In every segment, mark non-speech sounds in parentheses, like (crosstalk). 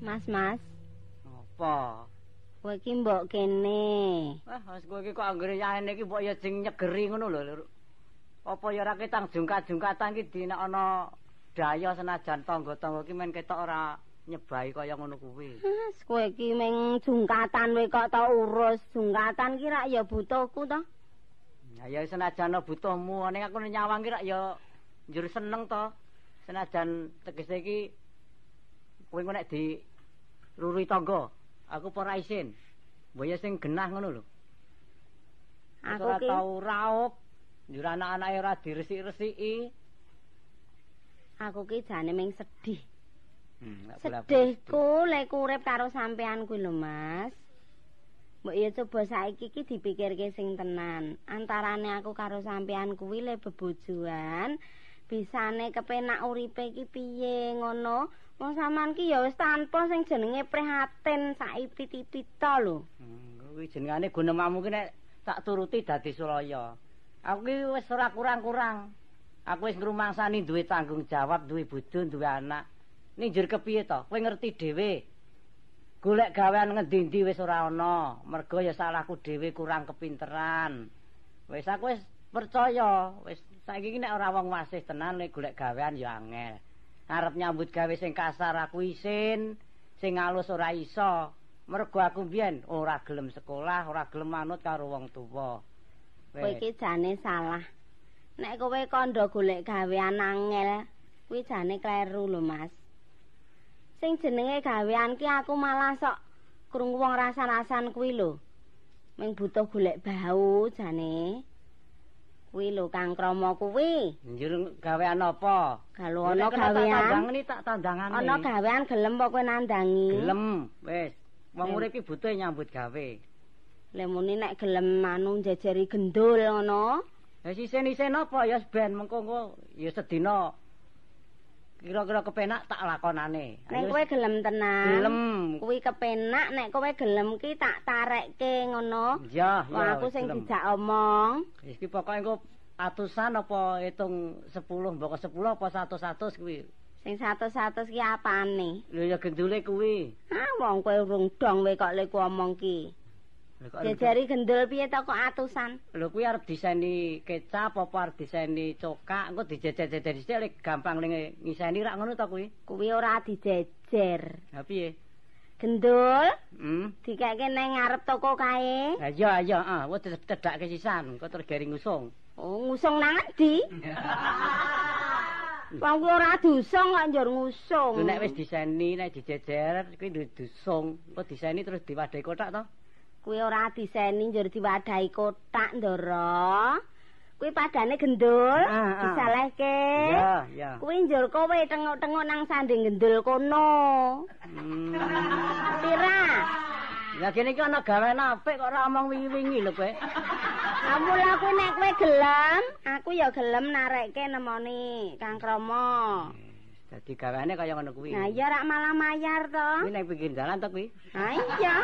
Mas. Apa? Kowe iki mbok kene. Wah, wis kowe iki kok anggere yaene iki mbok ya jeng nyegeri ngono lho, Lur. Apa ya ora ketang jungkat-jungkatan iki dina ana daya senajan tangga-tangga iki men ketok ora nyebai kaya ngono kuwi. Mas, kowe iki meng jungkatan kowe kok tau urus. Jungkatan ki rak ya butuhku to. Ya ya senajan ana butuhmu, ning aku nyawang ki rak ya njur seneng to. Senajan tegese iki kowe engko nek di ruri tangga, aku apa ora isin. Mbok ya sing genah ngono lho. Aku ora ki tau raup, njur anak-anake ora diresik-resiki. aku ki jane meng sedih. Hmm, lak bola- Sedihku lek urip karo sampean kuwi lho, Mas. Mbok ya coba saiki ki dipikirke sing tenan. Antarane aku karo sampean kuwi le bebojoan, bisane kepenak uripe ki piye ngono. Wong sampean ki ya wis tanpa sing jenenge prihatin saipit-ipita lho. Hmm, kuwi jenengane gunemamu ki nek tak turuti dadi sulaya. Aku ki wis ora kurang-kurang. Aku wis ngrumangsani duwe tanggung jawab, duwe bojo, duwe anak. Ning njur kepiye to? Kowe ngerti dhewe. Golek gawean ngendi-endi wis ora ana. Mergo ya salahku dhewe kurang kepinteran. Wis aku wis percaya, wis saiki ki nek ora wong wasih tenan nek golek gawean ya angel. Arep nyambut gawe sing kasar aku isin, sing alus ora iso. Mergo aku mbiyen ora gelem sekolah, ora gelem manut karo wong tuwa. Kowe Wis. iki jane salah. Nek kowe kandha golek gawean angel, kuwi jane kleru lho, Mas. Sing jenenge gawean ki aku malah sok krungu wong rasa-rasan kuwi lho. Ming butuh golek bau jane. Kuwi lho Kang Krama kuwi. Njur gawean apa? Kalau ana Nek kena tak gawean, Tandangani tak tandangane. ana gawean gelem apa kowe nandangi? Gelem, wis. Wong Gelem. urip iki butuh nyambut gawe. Lha muni nek gelem anu jejeri gendul ngono. Ya sisen-isen apa ya ben mengko engko ya sedina kira-kira kepenak tak lakonane. Nek Ayo, kowe gelem tenan. gelem. kuwi kepenak nek kowe gelem ki tak tarekke ngono. Ya, Wong ya. aku sing gelem. dijak omong, Wis Iki pokoke engko atusan apa hitung 10 mbok 10 apa 100 kuwi. sing 100-100 ki apane? Lho ya gendule kuwi. Ah, wong kowe urung dong we kok lek ku omong ki. Lho kok- Jejeri gendul piye to kok atusan? Lho kuwi arep diseni kecap apa arep diseni cokak engko dijejer-jejer dhisik lek gampang ning ngiseni rak ngono ta kuwi. Kuwi ora dijejer. Ha piye? Gendul Hmm. dikeke nang ngarep toko kae. Ha iya iya ah wis tedhak kesisan engko tergering usung. Oh, ngusung nang (laughs) ndi? Wong kuwi ora dusung kok njur ngusung. Lho nek wis diseni nek dijejer kuwi duwe dusung, engko diseni terus diwadahi kotak to. Kuwi ora diseni njur diwadahi kotak, Ndara. Kuwi padane gendul, Ah, ah. disalehke. Iya iya. Kuwi njur kowe tengok-tengok nang sanding gendul kono. Hmm. Pira? Lah kene iki ana gawean apik kok ora omong wingi-wingi lho kowe. Kamu lah kuwi nek kowe gelem, aku ya gelem narekke nemoni Kang Krama. Dadi gaweane kaya ngono kuwi. Nah, ya rak malah mayar to. Kuwi nek pinggir dalan to kuwi. Ha iya.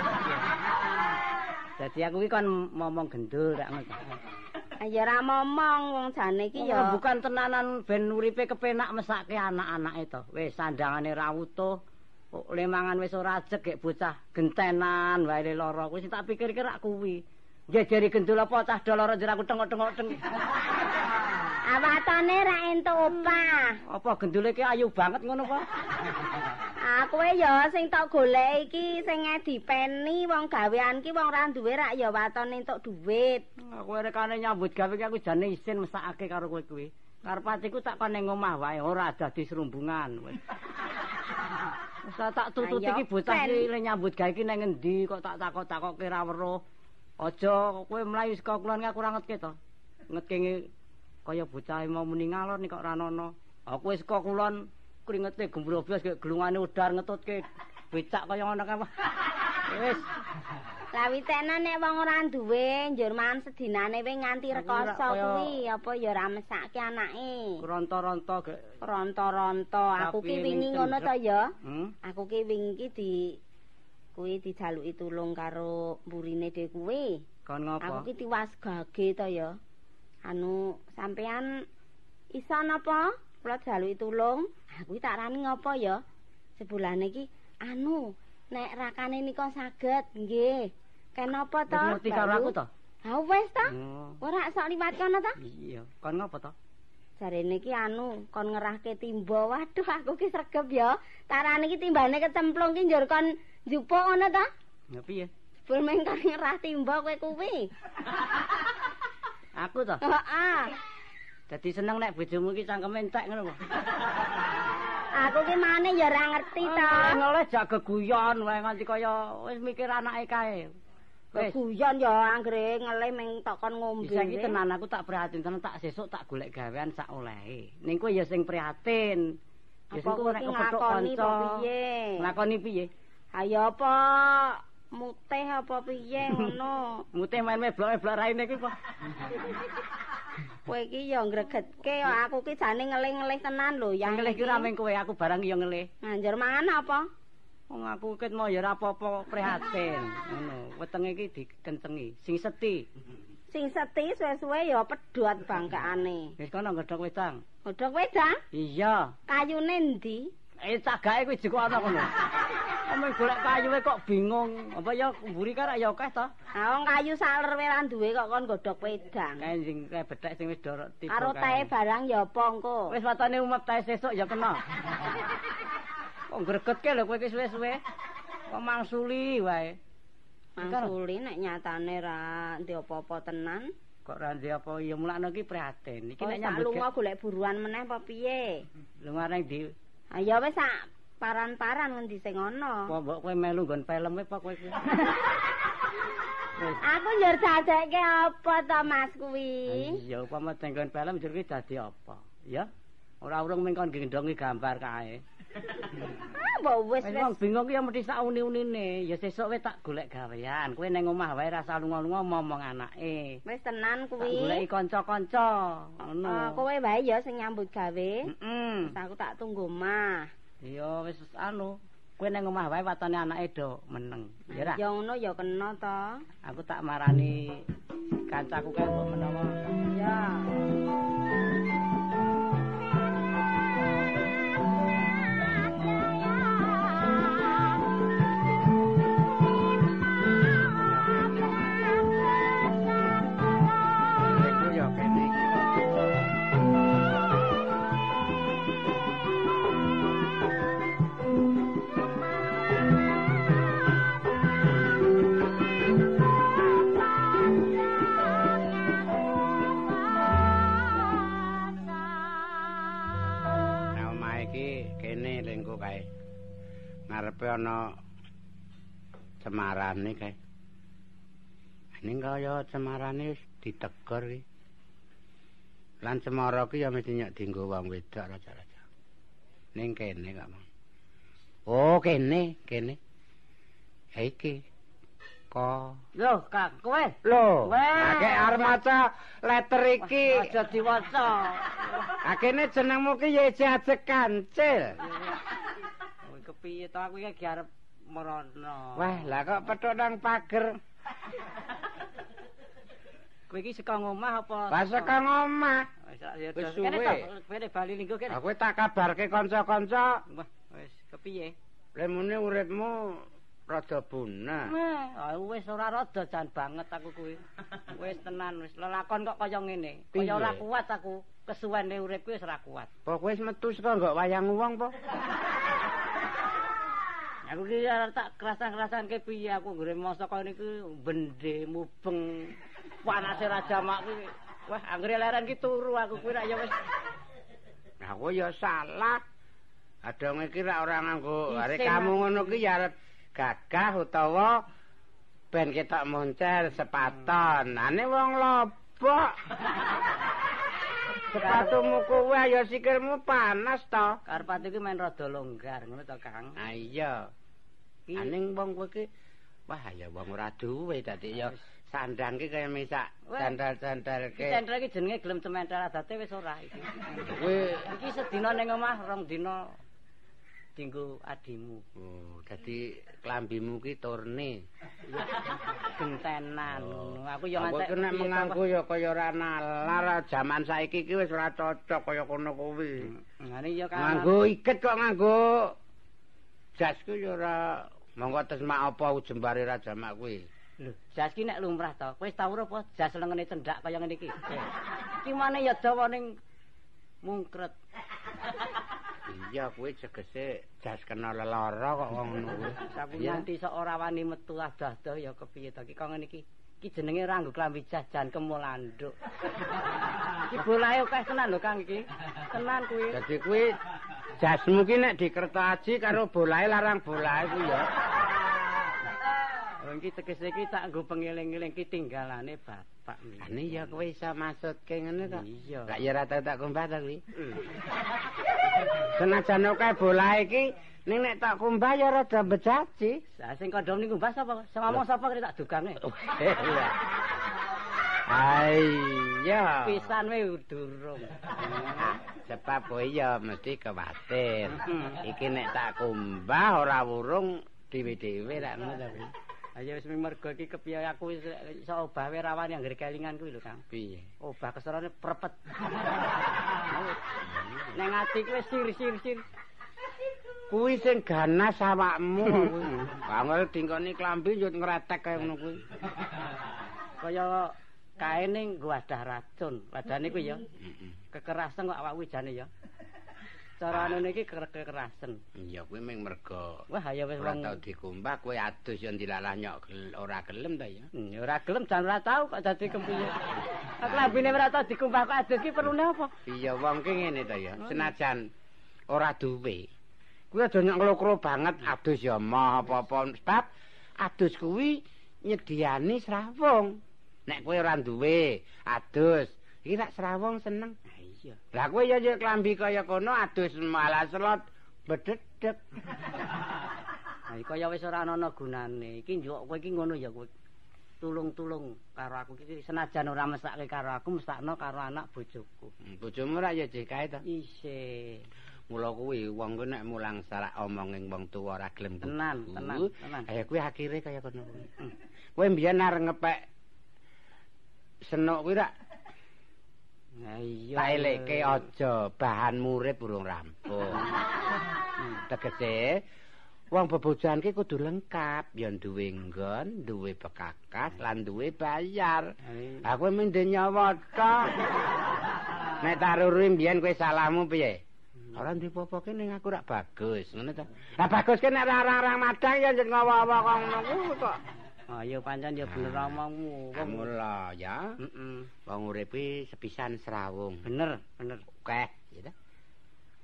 Dadi aku iki kon ngomong gendul rak ngono. Ya ora momong wong jane iki ya. Iya, bukan tenanan ben uripe kepenak mesake anak-anake to. Wis sandangane ra utuh. kok Lemangan wis ora ajeg gek bocah gentenan wae le lara kuwi sing tak pikir-pikir rak kuwi. Jejeri gendul apa cah doloro jera aku tengok-tengok teng. Awatane ra entuk opah. Apa gendule ki ayu banget ngono apa? Ah, kowe ya sing tak golek iki sing dipeni wong gawean ki wong ra duwe rak ya watone entuk dhuwit. Aku rekane nyambut gawe ki aku jane isin mesakake karo kowe kuwi. Karep atiku tak kon ning omah wae ora dadi serumbungan. (laughs) Wis Wis tak- tak tututi Ayo, ki bocah Ben. iki le nyambut gawe ki nang endi kok tak takok-takokke ra weruh. Aja kowe mlayu saka kulon ki aku ora ngetke to. Ngetke nge- kaya bocah mau muni ngalor nih kok ra ono. Aku wis saka kulon keringete gembrobyos kaya gelungane udar ngetutke becak kaya ngono kae. (laughs) Wis Lah witena nek wong ora duwe njur man sedinane wing nganti Aku rekoso rak kaya- kuwi apa ya ora mesake anake. ronto-ronto gek. Ronto-ronto aku Tapi ki wingi ning ngono to cendrek. ya. Hmm? Aku ki wingi ki di kuwi dijaluki tulung karo mburine dhewe kuwi. Kon ngopo? Aku ki tiwas gage to ya. Anu sampean iso napa? Ah, Kula jaluki tulung. Aku tak rani ngopo ya. Sebulane iki anu Nek rakane nika saged nggih. Kenapa to? Wis ngerti karo aku to? Ha wis to. Oh, Ora sok liwat kono to? Iya. Kon ngopo to? Jarene iki anu kon ngerahke timba. Waduh aku ki sregep ya. Tarane iki timbane kecemplung ki njur kon njupuk ngono to? Ya piye? Jebul meng kon ngerah timba kowe kuwi. (laughs) Aku to. Heeh. Dadi seneng nek bojomu iki cangkeme entek ngono kok. Aku ki maneh ya ora ngerti to. Oleh jak geguyon wae nganti kaya wis mikir anake kae. Wis. Guyon ya anggere ngelih meng tokon ngombe. Bisa iki weh. tenan aku tak prihatin tenan tak sesuk tak golek gawean sak olehe. Ning kowe ya sing prihatin. Ya Apa sing kowe kowe nek ki kepethuk nglakoni kanca. apa piye? Nglakoni piye? Ayo apa mutih apa (laughs) piye ngono. Mutih main-main blok-blok raine iki kok. Kowe iki ya ngregetke ya aku ki jane ngelih-ngelih tenan lho ya. Yang ngelih ki ora mung kowe aku barang ki ya ngelih. Nganjur mangan apa? Wong aku ket mau ya ora apa-apa prihatin. Ngono, wetenge iki dikencengi, sing seti. Sing seti suwe-suwe ya pedhot bangkaane. Wis kono ngedhok wedang. Godhok wedang, Iya. kayune ndi? Eh cagahe kuwi jek ana kono. Omong golek kayuwe kok bingung. Apa ya mburi karo ya akeh ta? Ah wong kayu saler wae ra duwe kok kon godhok wedang. Kae sing kae bethek sing wis dorok tiba. Karo tae kae. barang ya apa engko? Wis watane umep tae sesuk ya kena. Kok gregetke lho kowe iki suwe-suwe. Kok mangsuli wae. Mangsuli nek nyatane ra ndi apa-apa tenan. Kok ra ndek apa ya mulakno iki prihatin. Iki Kok nek sak nyambut lunga golek buruan meneh apa piye? lunga nang ndi? Ah ya wis sak paran-paran ngendi sing ana. Apa mbok kowe melu nggon film wae apa kowe (laughs) iki? Wis. Aku njur dadekke apa to Mas kuwi? Iya, upama tenggon film jur kuwi dadi apa? Ya. Ora urung mung kon gendongi gambar kae. Ah mbok wis Wis wis wong bingung ki ya mesti sak uni-unine. Ya sesuk wae tak golek gawean. Kowe ning omah wae rasa lunga-lunga ngomong anake. wis tenan Tak kuwi. goleki kanca-kanca. Ngono. Ah, kowe wae ya sing nyambut gawe. Heeh. Wis aku tak tunggu mah. Ya wis anu. Kowe ning omah wae watone anake do meneng. Ya ra. Ya ngono ya kena to. Aku tak marani kancaku kae mbok menawa. Ya. Iku ya kene iki. Nah, omah iki kene lengku kae. Ngarepe ana cemarane kae. Ning kaya cemarane wis ditegur iki. Lan cemara ki ya mesti nyek dienggo wong wedok raja-raja. Ning kene kok, Mang. Oh, kene, kene. Ya iki. Ko. Loh, Kak, kowe. Lho, Wah. akeh arep maca letter iki. Aja diwaca. Akene jenengmu ki ya isih ajek kancil. Kowe kepiye to aku iki arep merono. Wah, lah kok petuk nang pager. Kowe iki saka omah apa? Pas saka omah. Wis tak- ya, Wis dah. Kene suwe. to, kene bali linggo kene. Aku tak kabarke kanca-kanca, Wah, wis kepiye? lemune uripmu rada bunah. Meh, ah, wis ora rada jan banget aku kuwi. Wis tenan wis lelakon kok kaya ngene. Piye? Kaya ora kuat aku. Kesuwene uripku wis ora kuat. Apa kowe wis metu saka nggo wayang wong po? Aku ki ora tak kerasan-kerasan ke piye aku nggure masa kaya niku bende mubeng panase raja mak kuwi. Wah, anggere leren ki turu aku kuwi rak ya wis. Nah, aku ya salah. Adonge iki ra ora nganggo Isin, arek Mas. kamu ngono ki ya arep gagah utawa ben ketok moncer sepaton. Ane wong lobok. Sepatumu kowe ya sikilmu panas to. Karpati ki main rada longgar ngono to, Kang. Ah iya. Ki- Aning wong kowe ki wah ya wong ora duwe dadi ya Wis. sandang ki kaya misak Weh. Iki sandal-sandalke. centra iki jenenge gelem cementel adate wis ora iki. Kowe Iki sedina ning omah rong dina dinggo adimu. oh dadi klambimu ki turne. Gentenan. Oh. Aku yo Aku ngantek. Hmm. ki nek piye menganggo to, ya kaya ora nalar jaman saiki ki wis ora cocok kaya kono kuwi. Hmm. Pak. Ngene yo kan. Nganggo iket kok nganggo jas ku ya ora Monggo tes mak apa ujembare Raja Mak kuwi? Lho, jas ki nek lumrah to. Kowe wis tau apa jas lengene cendak kaya ngene iki? Ki maneh ya dawa ning mungkret. Iya kuwi segese jas kena lelara kok wong ngono kuwi. Saku Iya. nganti sok ora wani metu adah-adah ya kepiye to. Ki kok ngene iki. Ki jenenge ranggo klambi jas jan kemulanduk. (laughs) Ki bolahe akeh tenan lho Kang iki. Tenan kuwi. Dadi kuwi jasmu ki nek dikertaji karo bolahe larang bolahe kuwi ya. Wong iki tegese iki tak nggo pengeling-eling ki tinggalane bapak. Lah ini ya kowe iso maksudke ngene to. Iya. Lah ya rata tak kumbah to kuwi. Hmm. Senajan kae bolahe iki ning nek tak kumbah ya rada bejaji. Lah sing kandhom niku mbah sapa? Sing ngomong sapa kira tak e? dugange. Oh, Hai ya. Pisan wae durung. Nah, sebab kowe ya mesti kewatir. Iki nek tak kumbah ora wurung dhewe-dhewe ra ngono to kuwi. Ayo wis mergo iki kepiye aku wis iso obah wae rawani anggere kelingan kuwi lho Kang. Piye? Obah keserane Oh, prepet. Ning ati kuwi sir-sir-sir. Kuwi sing ganas awakmu kok kuwi. Angel dingkoni klambi yo ngretek kaya ngono kuwi. Kaya kaene nggo wadah racun. Wadane kuwi ya kekerasan kok awakku jane ya. Cara anu niki ke- kekerasan. Ya kuwi mung mergo Wah ayo wis ora wong tau dikumbah kowe adus yo dilalah nyok gel- ora gelem ta ya. Hmm, ya ora gelem jan ora tau kok dadi kepiye. Aku labine ora tau dikumpah kok adus ki perlune apa? Iya wong ki ngene ta ya. Senajan ora duwe. Kuwi aja nyok nglokro banget adus ya mah apa-apa sebab adus kuwi nyediani srawung. Nek kowe ora duwe adus, iki tak srawung seneng. Iya. Lah kowe ya ya klambi kaya kono adus malah slot bededek. Nah, kaya wis ora ana gunane. Iki njuk kowe iki ngono ya kowe. Tulung-tulung karo aku iki senajan ora mesake karo aku, mesakno karo anak bojoku. Hmm, Bojomu ra ya jekae ta. Isih. Mula kuwi wong ku nek mulang sarak omonging wong tuwa ora gelem gugu. Tenan, tenan, tenan. Kaya kuwi akhire kaya kono Anu, kuwi. mm. Kowe mbiyen arep ngepek senok kuwi ra Nah, iya. tak elekke aja bahan murid urung (laughs) rampung. Mm. Tegese wong bebojohan ki kudu lengkap, ya duwe nggon, duwe bekakas lan duwe bayar. Ayo. Aku mendhe nyawa tok. Nek taruri mbiyen kowe salahmu piye? Ora dipopoke ning aku rak bagus, ngono ta. Lah bagus ki nek ra arang-arang madang ya njen ngowo-owo kok ngono ku kok. Oh, ya pancen ya bener omongmu. Wong Kamu lah ya, Heeh. wong urip iki sepisan serawung. Bener, bener. Keh, ya ta.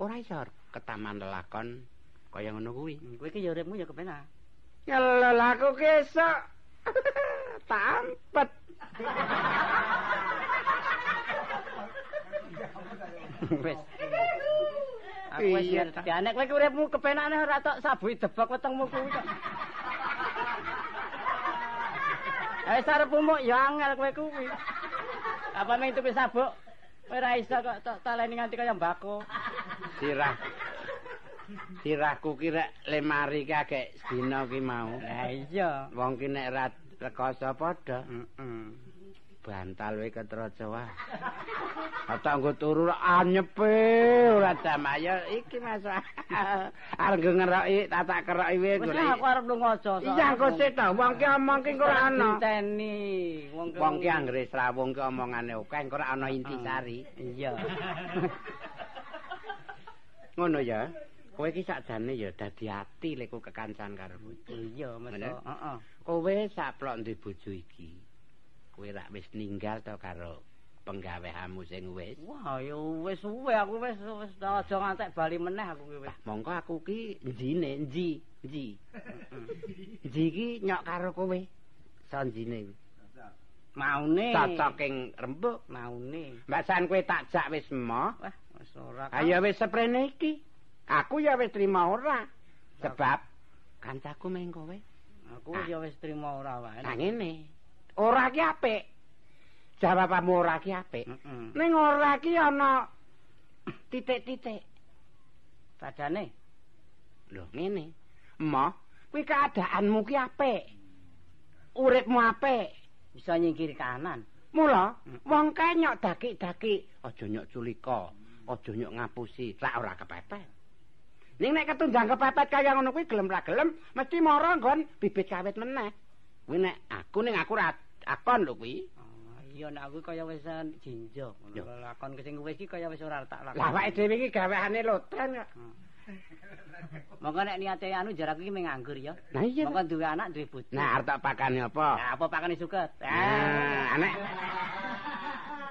Ora iso ketaman lelakon kaya ngono kuwi. Hmm, Kowe iki ya uripmu ya (laughs) kepenak. Nyelol aku kesok. (laughs) Tampet. Wis. Aku ya wis Iya, ngerti. Anek kowe ki uripmu kepenakne ora tok sabui debok wetengmu kuwi (laughs) kok. Eh sarepmu muk ya angel kowe kuwi. Apa mung tuku sabuk? Kowe ora iso kok tok taleni nganti kaya mbako. Sirah. Sirahku ki rek lemari ki agek sedina ki mau. Lah iya. Wong ki nek ra rekoso padha, Heeh. bantal wae ketraca wae. Ata nggo turu ra anyepe ora damaya iki Mas. (laughs) Arep nggo ngeroki tatak keroki wae Wis golek. lah, aku arep lunga aja. soalnya Iya engko wong- sik ta, wong ki omong ki ora ana. Diteni wong Wong ki anggere srawung ki omongane akeh engko ora ana Hmm. intisari. Iya. (laughs) Ngono ya. Kowe iki sakjane ya dadi ati lek kowe kekancan karo bojo. Iya, mesti. Bener. Heeh. Kowe saplok duwe bojo iki. Kowe rak wis ninggal to karo penggaweanmu sing wis. Wah, ya wis suwe aku wis wis aja ngantek bali meneh aku ki wis. Lah, Mongko aku ki njine, nji, nji. Nji iki nyok karo kowe. Sanjine. Maune. Cocoking rembug. Maune. Mbasan kowe takjak wis emoh. Wah, wis ora. Kang. Ayo wis seprene iki. Aku ya wis trima ora. Sebab kancaku meng kowe. Aku ya wis trima ora wae. Nah ngene. Ora ki apik. Jawabanmu ora ki apik. Heeh. Ning ora ki ana titik-titik. Sadane. Lho, ngene. Emoh, kuwi keadaanmu ki apik. Uripmu apik. Bisa nyingkir kanan. Mula wong kae nyok dakik-dakik, aja nyok culika, aja nyok ngapusi, lak ora kepepet. Ning nek ketundang kepepet kaya ngono kuwi gelem ra gelem mesti mara nggon bibit sawit meneh. Kuwi nek aku ning aku ra akon lho kuwi. Oh, iya nek aku kaya wis eh, jinjo. Yo. Lakon sing wis iki kaya wis ora tak Lah lakoni. awake dhewe iki gaweane lotren kok. Monggo nek niate anu jarak iki mung nganggur ya. Nah iya. Monggo duwe anak, duwe bojo. Nah, arep tak pakane apa? Nah, apa pakane suket? Nah, Ah, Ah. anek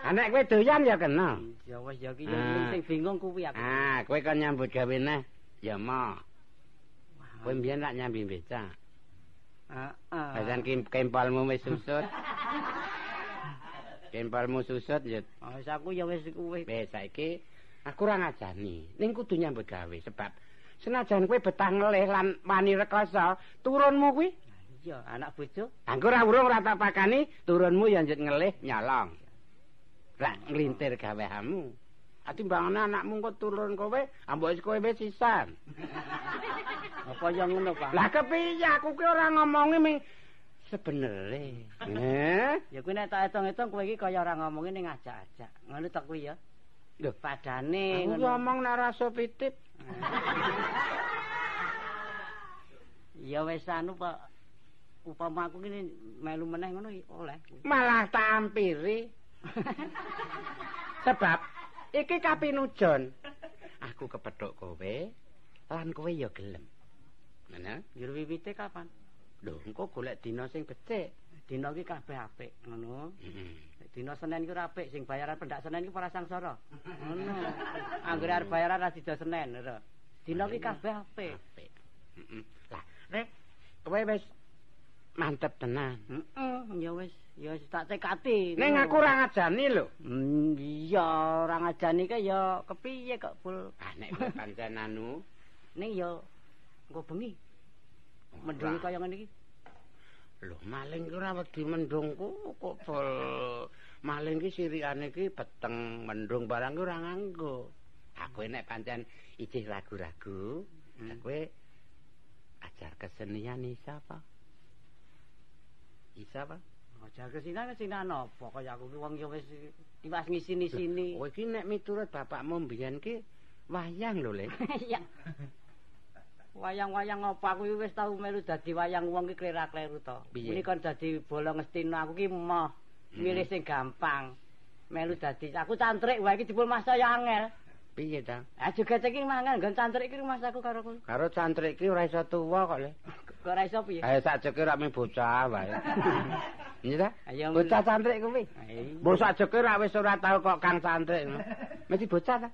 anek kowe doyan ya kena. Ya wis ya iki Ah. sing bingung kuwi aku. Ah, kowe kon nyambut gawe neh ya mo. Wah, Kowe mbiyen tak nyambi beca. ah, ah. Basan kim kempolmu wis susut. Kempolmu susut ya Ah, Wis aku ya wis kuwi. wis saiki aku ora ngajani. Ning kudu nyambut gawe sebab senajan kowe betah ngelih lan wani rekoso, turunmu kuwi Iya, anak bojo. (laughs) Anggur ora urung ora tak pakani, turunmu ya njet ngelih nyolong. Ra nglintir gaweanmu. Ati mbangane anakmu kok turun kowe, ambok wis kowe wis sisan. Apa ya ngono, Pak? Lah kepiye aku ki ora ngomongi ming sebenere. Eh? Heh. Ya kuwi nek tak hitung-hitung kowe iki kaya ora ngomongi ning ajak-ajak. Ngono ta kuwi ya. Lho. Padane Aku ngomong nek rasa pitit. Ya wis anu, Pak. Upama aku kene melu meneh ngono i- oleh. malah tampiri. Sebab iki kapinujon. Aku kepethuk kowe, lan kowe ya gelem. Ngono? (laughs) Juru wiwite kapan? Lho, engko golek dina sing becik. Hmm. Dina iki kabeh apik, ngono. Heeh. Dina Senin iki ora apik, sing bayaran pendak Senin iki para sangsara. Ngono. Anggere arep bayaran ra dida Senin, lho. Dina iki kabeh apik. Apik. Mm-mm. Lah, Rek, kowe wis mantep tenan. Heeh, eh, ya wis, ya wis tak cekati. Ning aku ora ngajani lho. Hmm, iya, ora ngajani ke ya kepiye kok, Bul? Ah nek kowe pancen anu, Ning ya engko bengi. Mendungi ora. kaya ngene iki. lho maling ki ora wedi mendungku kok bol. Maling ki sirikane ki peteng mendung barang ki ora nganggo. Aku nek pancen ijih ragu-ragu, Hmm. lah kowe ajar kesenian isa apa? Isa apa? Aja kesinan kesinan apa kaya aku ki wong ya wis tiwas ngisini-sini. Kowe ki nek miturut bapakmu mbiyen ki wayang lho, Le. (laughs) (laughs) Ya. Wayang-wayang apa aku iki wis tau melu dadi wayang wong iki klera-kleru to. Piye? Muni kon dadi bola ngestina aku ki moh milih sing gampang. Melu dadi aku cantrik wae iki dipun masa ya angel. Piye ta? Ah juga ceking mangan nggon cantrik iki rumah aku karo kowe. Karo cantrik ki ora iso tuwa kok, Le. Kok ora iso piye? Ayo sajeke ra mung bocah (laughs) wae. Iya ta? Ayo, men. Bocah cantrik kuwi. Ai, Mbok sajeke ra wis ora tau kok Kang cantrik. Mesti bocah ta?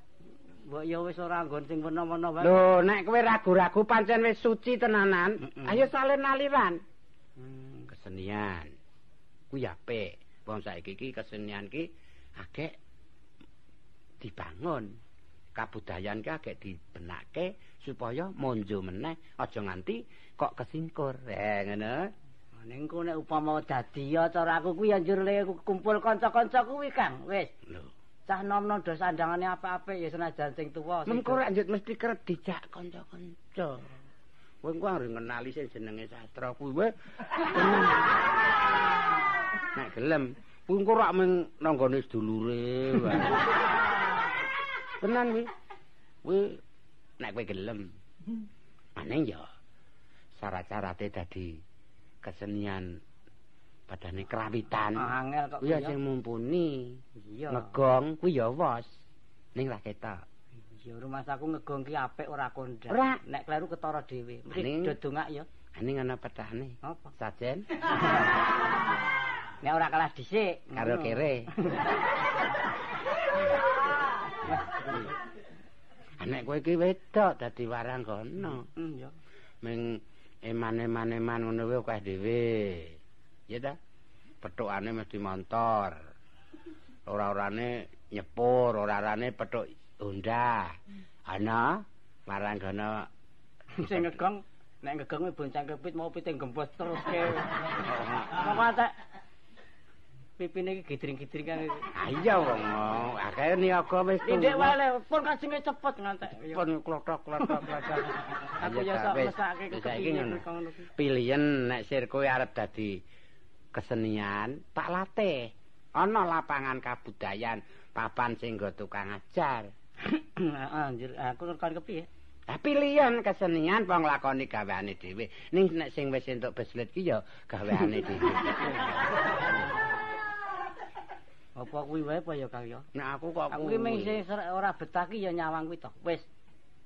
Mbok ya wis ora nggon sing wena-wena wae. Lho, nek kowe ragu-ragu pancen wis suci tenanan, Mm-mm. ayo salin aliran. Hmm. Kesenian. Kuwi apik. Wong saiki iki kesenian ki agek dibangun. Kabudayan ki agek dibenake supaya monjo meneh aja nganti kok kesingkur. Eh, ngono. Ning ku nek upama dadi ya cara aku kuwi ya njur le kumpul kanca-kanca kuwi Kang. Wis, Lho. cah nom-nom do sandangane apa-apa ya senajan sing tuwa. sing Mengko rak njut mesti kerep dijak kanca-kanca. Kowe engko arep ngenali sing jenenge sastra kuwi. (laughs) weh. Nek gelem, kuwi engko rak mung nanggone sedulure wae. Tenan kuwi. Kuwi nek kowe gelem. Aneh ya. Syarat-syarate dadi kesenian badane kerawitan. Ah, angel kok Kuwi ya kuwi ya. sing mumpuni. Iya. Ngegong kuwi ya wos. Ning ra ketok. Ya rumah saku ngegong ki apik ora kondang. Ora. Nek kleru ketara dhewe. Aning. Mesti dodongak ya. Aning ana petane. Apa? Sajen Nek ora kalah dhisik. Hmm. karo Ngono. kere. Anek kowe iki wedok dadi warang kono. (laughs) Hmm, ya. Ming eman-eman-eman ngono kuwi akeh dhewe. Ya ta? Petukane mesti montor. Ora-orane nyepur, ora-orane petuk Honda. Ana warang kono Sing ngegong nek ngegong kuwi bonceng kepit mau piting gembos terus (laughs) ke. Mongko tak pipine iki gidring-gidring kan. Ayo Ah, wong, akeh niaga wis Tindik tuwa. wae le, pun kajenge cepet ngantek. Ya. (coughs) pun klotok klotok klotok Aku ya sok mesake saiki kepingin ngono kok ngono kuwi. pilihan nek sir kowe arep dadi kesenian tak latih ana lapangan kabudayan papan sing nggo tukang ajar Heeh, anjir, Ah, aku kon kepiye? Tapi liyan kesenian wong lakoni gaweane dhewe. Ning nek sing wis entuk beslet ki ya gaweane (laughs) dhewe. Apa kuwi wae apa ya, Kang ya? Nek aku kok Aku ki mung sing ser- ora betah ki ya nyawang kuwi to. Wis.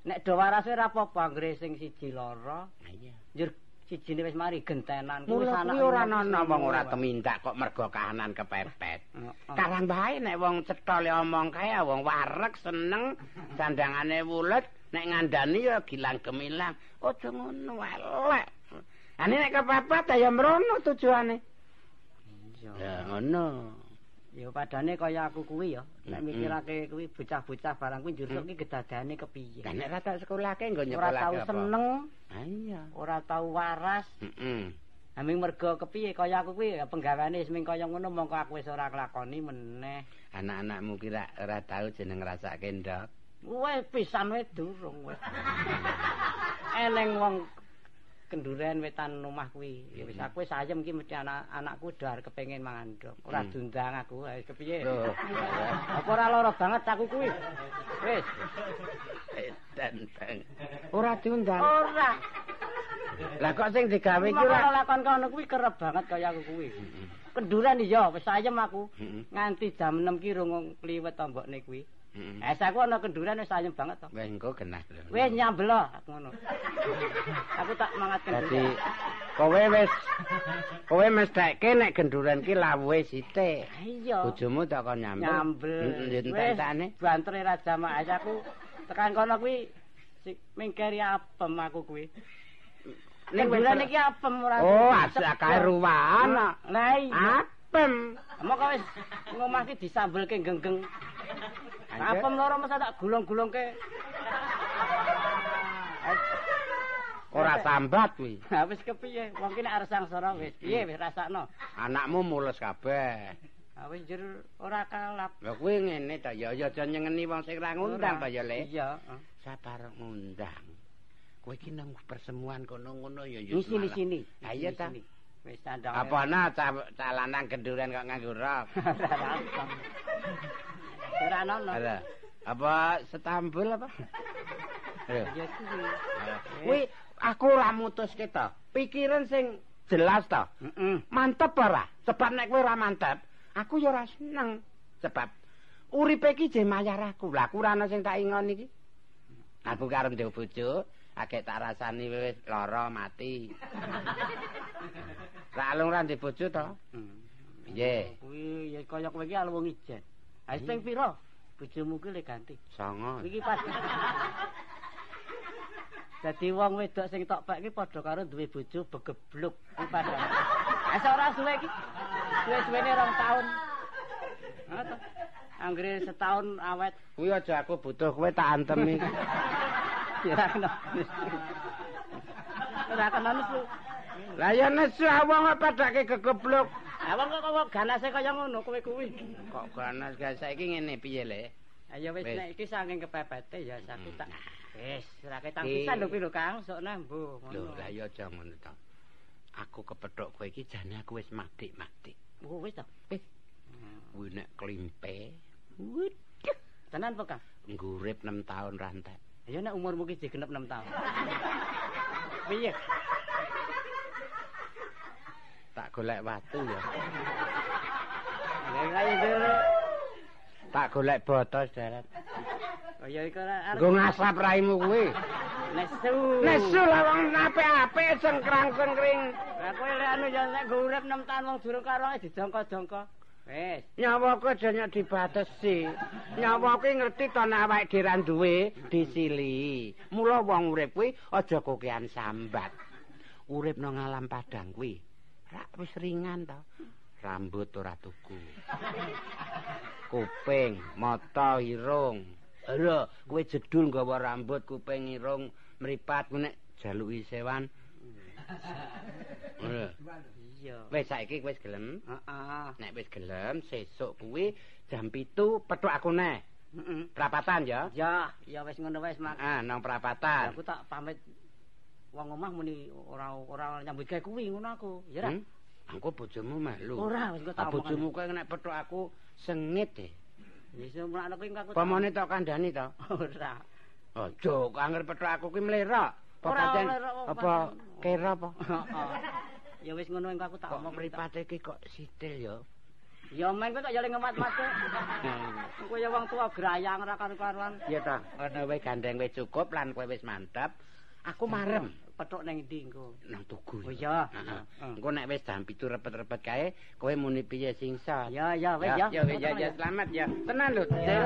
Nek do waras ora apa-apa, anggere sing siji lara, Iya. njur sijine wis mari gentenan Mula sanak kuwi ora loro, ana wong ora wae. temindak kok mergo kahanan kepepet. Heeh. Karang bae nek wong cethol ya omong kae ah, wong wareg seneng sandangane wulet nek ngandani ya gilang gemilang aja ngono elek. Ane nek kepepet ya mrono tujuane. Iya. Ya ngono. Ya padane kaya aku kuwi ya. Nek Mm-mm. Mm. mikirake kuwi bocah-bocah barang kuwi njur sok ki gedadane kepiyek. Lah nek ra tak sekolahke nggo Ora nyekolahke tau apa? seneng, Ah, Iya. ora tau waras. Heeh. Aming mergo kepiye kaya aku kuwi ya penggaweane wis ming kaya ngono mongko aku wis ora nglakoni meneh. Anak-anakmu kira ora tau jeneng ngrasake ndok. Wes pisan wis durung wis. Eneng wong kenduren wetan omah kuwi. Ya wis aku wis ayem ki mesti anak anakku dar kepengin mangan ndok. Ora Hmm. Oh. dundang aku wis kepiye. Loh. Apa ora lara banget aku kuwi? Wis. (laughs) Edan bang. Ora diundang. Ora. Lah kok sing digawe Kowe iki ora ora lakon kono kuwi kerep banget kaya aku kuwi. Kenduran iya wis ayem aku. Heeh. Nganti jam 6 ki rung kliwet tombokne kuwi. Heeh. Es aku ana kenduran wis ayem banget to. Wes Eh, engko genah. lho. Wis nyambelo aku ngono. Aku tak mangat Dadi kenduran. kowe wis kowe mestekke nek genduren ki lawuhe sithik. Ah, Iya. Bojomu tak kon Mm, nyambel. Nyambel. Heeh, entek-entekane. banter raja mak es aku tekan kono kuwi si- mingkeri apem aku kuwi. Ning wis Kenduran ora- iki apem ora. Oh, asak kae ruwahan. Ana. Ah? Lah iya. Apem. Moko wis ngomah ki disambelke genggeng. Anjir. Apem loro masa tak gulung-gulungke. Ora sambat kuwi. Ha Ah, wis kepiye? Wong ki nek arep sangsara wis piye wis rasakno. Anakmu mules kabeh. Ha wis jero ora kalap. Lah kuwi ngene ta ya ya aja nyengeni wong sing ra ngundang ta Ora. ya Le. Iya, ah. heeh. Sabar ngundang. Kowe iki nang persemuan kono-ngono ya ya. Di sini malah. sini. Ah, iya, ta. Wis tandang. Apa ana ca- cah lanang genduren kok nganggo rok? (laughs) Ora ono. Ala. Apa setambul apa? Ayo. Ya kuwi. Ala. Kuwi aku ora mutuske ta. Pikiran sing jelas ta. (laughs) Heeh. Mantep ora? Sebab nek kowe ora mantep, aku ya ora seneng. Sebab uripe iki jemayar aku. Lah aku ora ana sing tak ingon iki. Aku karep ndek bojo, agek tak rasani wis lara mati. Lah alung ra ndek bojo to? Piye? Hmm. Kuwi ya kaya kowe iki alung ijen. Ha sing pira? Bojomu ki le ganti. Songo. Iki pas. Dadi wong wedok sing tok pek iki padha karo duwe bojo begebluk. Iki padha. Asa ora suwe iki. Suwe-suwene rong taun. Ha to. Anggere setahun awet. Kuwi aja aku butuh kowe tak antemi. Ora kena. Ora kena nesu. Lah ya nesu wong kok padake kegeblok. Ah wong kok kok ganase kaya ngono kowe kuwi. Kok ganas ganas saiki ngene piye le? Ayo wis Wis. nek iki saking kepepete ya saku tak. Wis, ora ketang Ki. pisan lho kuwi lho Kang, sok nambu. Lho, lah ya aja ngono to. Aku kepethuk kowe iki jane aku wis matik-matik. Wis to. Wis. Kuwi nek klimpe. Waduh. Tenan po Kang. Ngurip 6 taun ra entek. Ya nek umurmu ki digenep 6 tahun. Piye? Tak golek watu ya. Lah kaya dhewe. Tak golek botos darat. Kaya Oh, iku ora arep Nggo ngasap raimu kuwi. nesu. Nesu lah wong apik-apik sengkrang-sengkring. Lah kowe lek anu ya nek nggo urip 6 tahun wong durung karo eh, ae dijongko-jongko. Wis. Nyawaku aja nyok dibatesi. Nyawaku ngerti to nek awake dhewe ra duwe disili. Mula wong urip kuwi aja kokean sambat. Urip nang alam padang kuwi ra wis ringan to. Rambut ora tuku. Kuping, mata, irung. Lho, kowe jedul nggawa rambut, kuping, irung, mripat kuwi nek jaluki sewan. Lho, Iya. Wis saiki wis gelem. Heeh. Nek wis gelem sesuk kuwi jam 7 petuk aku neh. Heeh. Prapatan ya. Ya, ya wis ngono wis mak. Ah, nang Ya, prapatan. Aku tak pamit wong omah muni ora ora nyambut gawe kuwi ngono aku. Ya ra. Hmm? Angko bojomu melu. Ora wis engko tak Ah, bojomu kowe nek petuk aku sengit e. Wis mulakno kuwi engko aku. tak- Pamane tok kandhani to. Ora. Aja angger petho aku ki mlera. Apa Ora pancen mlera, apa apa pancen. kira (laughs) apa? Heeh. Ya wis ngono engko aku tak Kok omong mripat. mripate ki kok sitil ya. Hmm. Ya men kok tak ya ngemat-mat. Kowe ya wong tua grayang ora karu-karuan. Ya ta, ana wae gandeng wis cukup lan kowe wis mantep. Aku marem Petuk ning ndi engko? nang tugu. Oh, iya. Heeh. Heeh. Engko nek wis jam 7 repet-repet kae, kowe muni piye singsa. Ya ya wis ya. Ya, ya, ya, selamat ya. Tenan lho, Cil. Ya.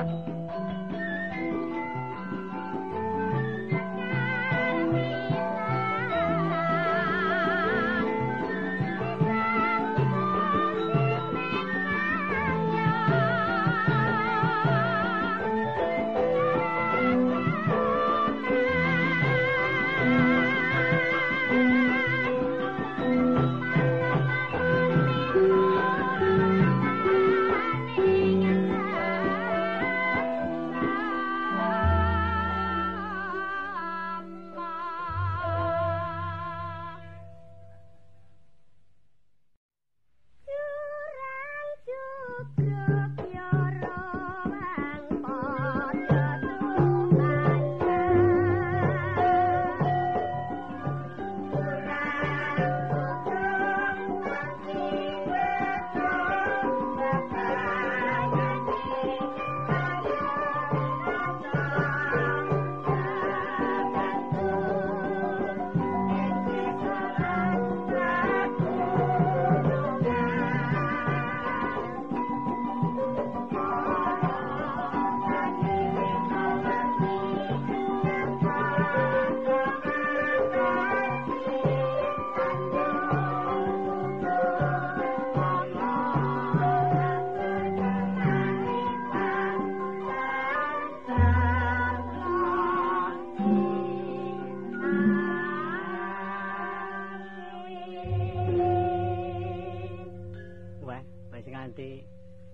Wah, wis nganti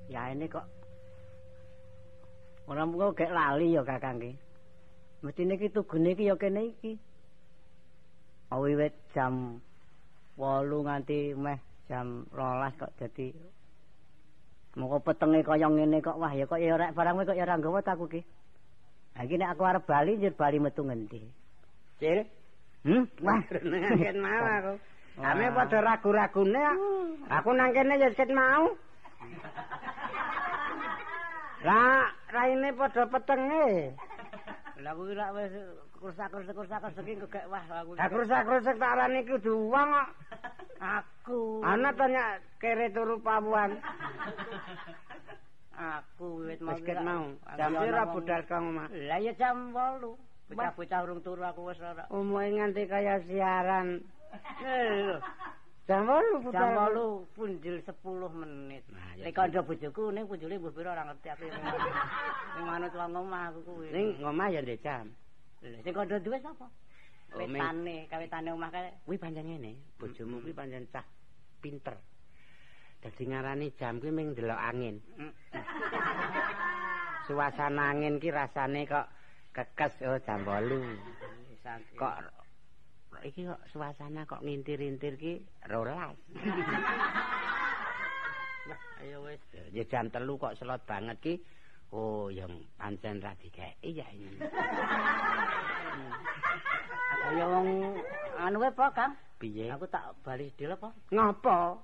yaene kok ora mung gek lali ya Kakang ki. Mestine ki tugune ki ya kene iki. Awiwit jam 8 nganti meh jam 12 kok dadi mengko petenge kaya ngene kok wah ya kok ya ora barang kowe kok ya ora nggawa ta aku ki. Ha iki nek aku arep bali njur bali metu ngendi? Cil, Hmm, wah. (laughs) renengan mau aku. Wah. Hmm. Ame padha ragu-ragune ah. aku nang kene ya ket mau. Lah, raine padha petenge. Lah kuwi lak wis kursak-kursak-kursak iki kok gek wah aku. Lah rusak-rusak tak arani kudu wong kok. Aku. Ana tanya kere turu (laughs) pawuan. Aku wis mau. Wis ket kira- mau. aku Jam ana pira wong- budal kang omah? Lah ya jam 8. Bocah-bocah urung turu aku wis ora. Umure nganti kaya siaran. Eh, Jam 8 budal. Jam 8 punjul 10 menit. Nah, ya Nek kandha bojoku ning punjule mbuh pira ora ngerti aku. Ning manut wong omah aku kuwi. Ning omah ya ndek jam. Lho, sing kandha duwe sapa? Oh, Ming. Wetane, kawetane omah kae. kuwi pancen ngene, bojomu kuwi pancen cah pinter. Dadi ngarani jam kuwi ming ndelok (laughs) angin. Suasana angin ki rasane kok kekes oh jam 8. Kok iki kok suasana kok ngintir-intir ki 12. ayo wis. Ya jam 3 kok selot banget ki. Oh, yang pancen ra dikeki ya ini. Ayo wong anu wae po, Kang. Piye? Aku tak bali sedhil apa? Ngopo?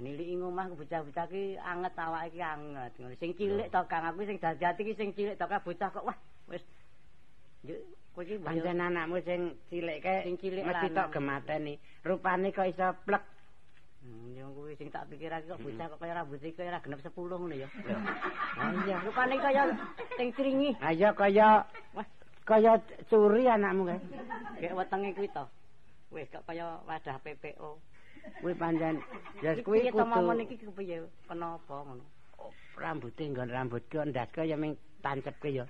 Niliki ngomah bocah-bocah ki anget awake ki anget. Ngono. Sing cilik to Kang, aku sing dadi-dadi ki sing cilik to Kang bocah kok wah wis. Yo kowe iki Pancen anakmu sing cilik kae Sing cilik mesti lanang. tok gemateni. Rupane kok iso (laughs) plek. Hmm, yo kuwi sing tak pikirake kok bocah Hmm. kok kaya rambut iki kaya ora genep 10 ngono ya. Lah Ah, iya. Rupane kaya sing cringi. Ayo kaya Wah, kaya curi anakmu kae. kayak wetenge kuwi to. Wis kok kaya wadah PPO. Kuwi pancen ya Iki kuwi piye to momon kudu iki kepiye? Kenapa ngono? rambuté nggon rambut kok ndas kaya ming tancepke ya.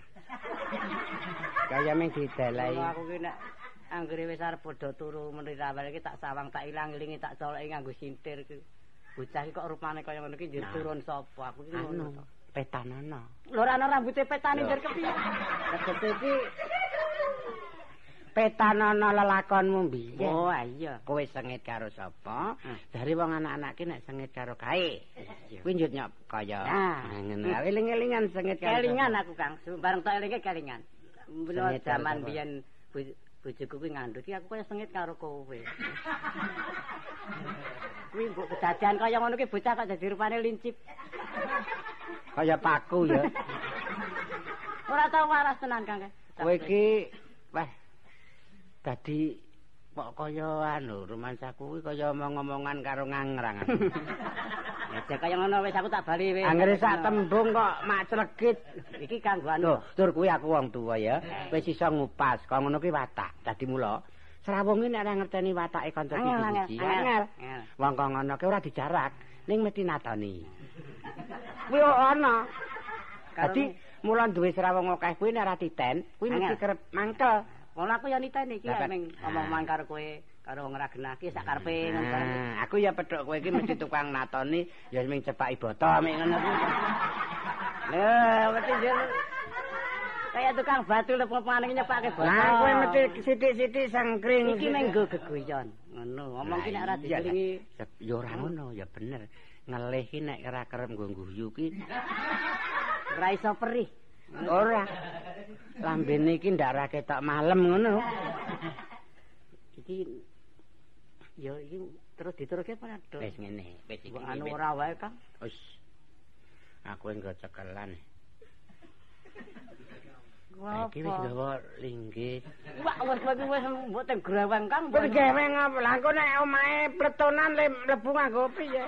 Kaya ming didelai. Kalau aku ki nek anggere wis arep padha turu meni rawel iki tak sawang tak ilang ilingi tak coloki nganggo sintir ki. Bocah iki kok rupane kaya ngono ki njur Nah. turun sapa aku ki ngono. Anu, petanana. Lho ora ana rambuté petane Lho. njur kepiye? Tegese iki petanana lelakonmu piye? Oh iya. kowe sengit karo sapa Hmm. dari wong anak-anak ki nek sengit karo kae kuwi njut nyok kaya Nah. ngono eling-elingan sengit karo Kelingan aku Kang, bareng tak elinge kelingan. menawa Sengit karo jaman sapa? biyen bu- bojoku kuwi ngandhut iki aku kaya sengit karo (laughs) kowe. Kuwi mbok kedadian kaya ngono ki bocah kok dadi rupane lincip. Kaya paku ya. (laughs) Ora tau waras tenan Kang. Kowe iki wah dadi kok kaya anu romansa kuwi kaya omong-omongan karo (laughs) ngangrang. Ya kaya ngono wis aku tak bali wis. Anggere sak tembung kok mak clekit. iki kanggo anu. Lho, tur kuwi aku wong tuwa ya. Wis iso ngupas. Kok ngono kuwi watak. Dadi mula srawunge nek ora ngerteni watake kanca Angel, angel, siji-siji. angel. Angel. Angel. Wong kok ngono kuwi ora dijarak, ning mesti natoni. Kuwi ana. Karo- Dadi mula duwe srawung akeh kuwi nek ora titen, kuwi mesti Angel. kerep mangkel. Ngono aku ya niteni iki ya Lah, kan- ming omong-omongan karo kowe karo wong ra genah ki sak Ah. karepe ngono kan. Nah, aku ya pedhok kowe iki mesti tukang natoni ya ming cepaki boto ming ngono kuwi. Lho, mesti jur. Kaya tukang batu lepopane nyepake botol. Lah kowe mesti sithik-sithik sangkring. iki meng nggo geguyon. Ngono, omong ki nek ora dijelingi. ya ora ngono ya bener. Ngelih ki nek ora kerep nggo guyu ki Ora iso perih. ora. Lambene iki ndak ra ketok malem ngono. Iki ya iki terus diteruske apa ora, Dok? Wis ngene, wis iki. Mbok anu ora wae, Kang. Wis. Aku engko cekelan. Iki wis Apa? gawa linggis. Wah, wis wis wis mbok tegrawang, Kang. Pergeweng apa? Lah engko nek omahe pletonan le mlebu nganggo piye?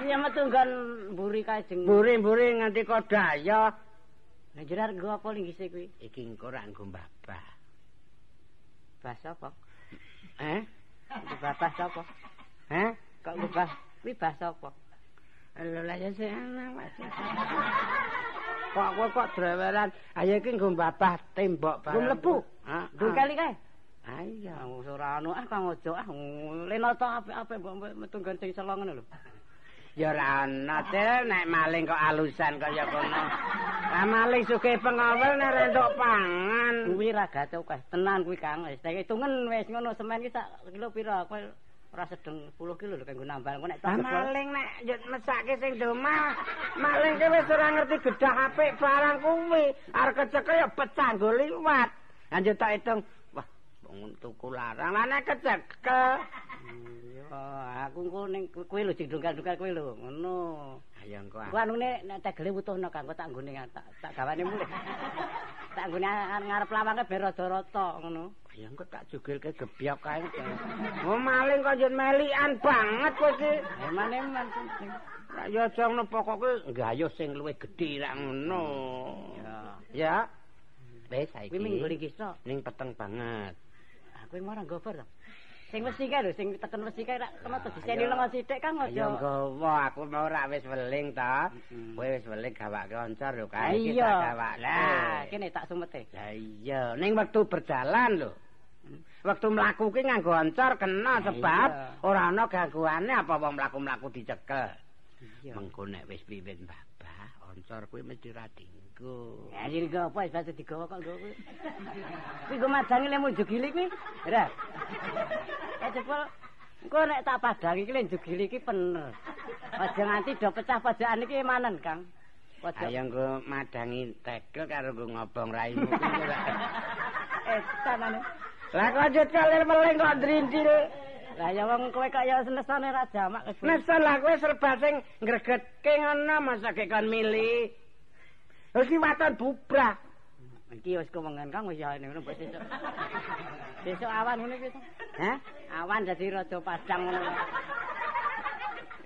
Iya metu nggon mburi kajeng. Mburi-mburi nganti kodaya. Lah jerar nggo apa linggise kuwi? Iki engko ra nggo mbabah. Bas (laughs) apa? Eh? Bas apa? Eh? Kok nggo bas? Kuwi bas apa? Lho lah ya sing ana Mas. Kok kowe kok dreweran? Ayo iki nggo mbabah tembok barang. Nggo mlebu? Heeh. Dur kali kae. Ah iya. Ah, ora anu ah Kang ojo ah. Lenoto apik-apik mbok metu nggon sing selo ngono lho. Ya ora ana Cil, nek maling kok alusan kaya kono. Lah maling sugih pengawel nek rentok pangan. kuwi ragate akeh tenan kuwi Kang wis tak hitungen wis ngono semen iki sak kilo pira kowe ora sedeng 10 kilo lho kanggo nambal engko nek Lah tak maling nek yo mesake sing domah, maling ki wis ora ngerti gedah apik barang kuwi. Arep kecekel ya pecah nggo liwat. Lanjut tak hitung. Wah, wong tuku larang. Lah nek kecekel yo aku engko ning kowe lho jeng dongkal-dongkal kowe lho ngono Ayo Ah, engko. Ku anune nek tegele wutuhno Kang kok tak nggone tak tak gawane mulih tak nggone ngarep lawange ben rada rata ngono Ah, Ya engko tak jugilke gebyok kae. Oh maling kok yen melian banget kowe iki. emane man penting Ra ya aja ngono pokoke nggayuh sing luwih gedhe ra ngono. Ya. Ya. Wis saiki. kuwi minggu iki Ah, sok ning peteng banget. aku ora nggober to sing wesi kae lho sing teken wesi kae rak kena diseni Ayo. lengo sithik Kang Ya ojo nggawa aku mau ra wis weling ta. Mm-mm. Kowe wis weling gawake oncor lho kae iki Ah, Iya. Eh. tak gawak. Lah, Lah, kene tak sumete. Lah iya, ning wektu berjalan lho. Wektu mlaku ki nganggo oncor kena sebab iya. ora ana gangguane apa wong mlaku-mlaku dicekel. Iya. Mengko nek wis wiwit babah, oncor kuwi mesti ra dinggo. Ya Eh, jadi gak apa, sepatu digawa kok gak (laughs) apa. Kuwi gue madangi lemu jugili kuwi. Ora. Ya jebol. Engko nek tak padangi iki lemu jugili iki pener. Aja nganti do pecah pojokan iki emanen, Kang. Pojok. (laughs) Ayo nggo madangi tegel karo nggo ngobong raimu kuwi lho. Eh, tanane. Lah kok njut kalir meling kok drindil. Lah ya wong kowe kok ya senesane ra jamak wis. Nesa lah kowe serba sing ngregetke ngono masa kek kon milih. Wis ki waton bubrah. Iki wis kewengen Kang wis ya ngono mbok sesuk. Sesuk awan ngono iki. Hah? Awan dadi raja padang ngono.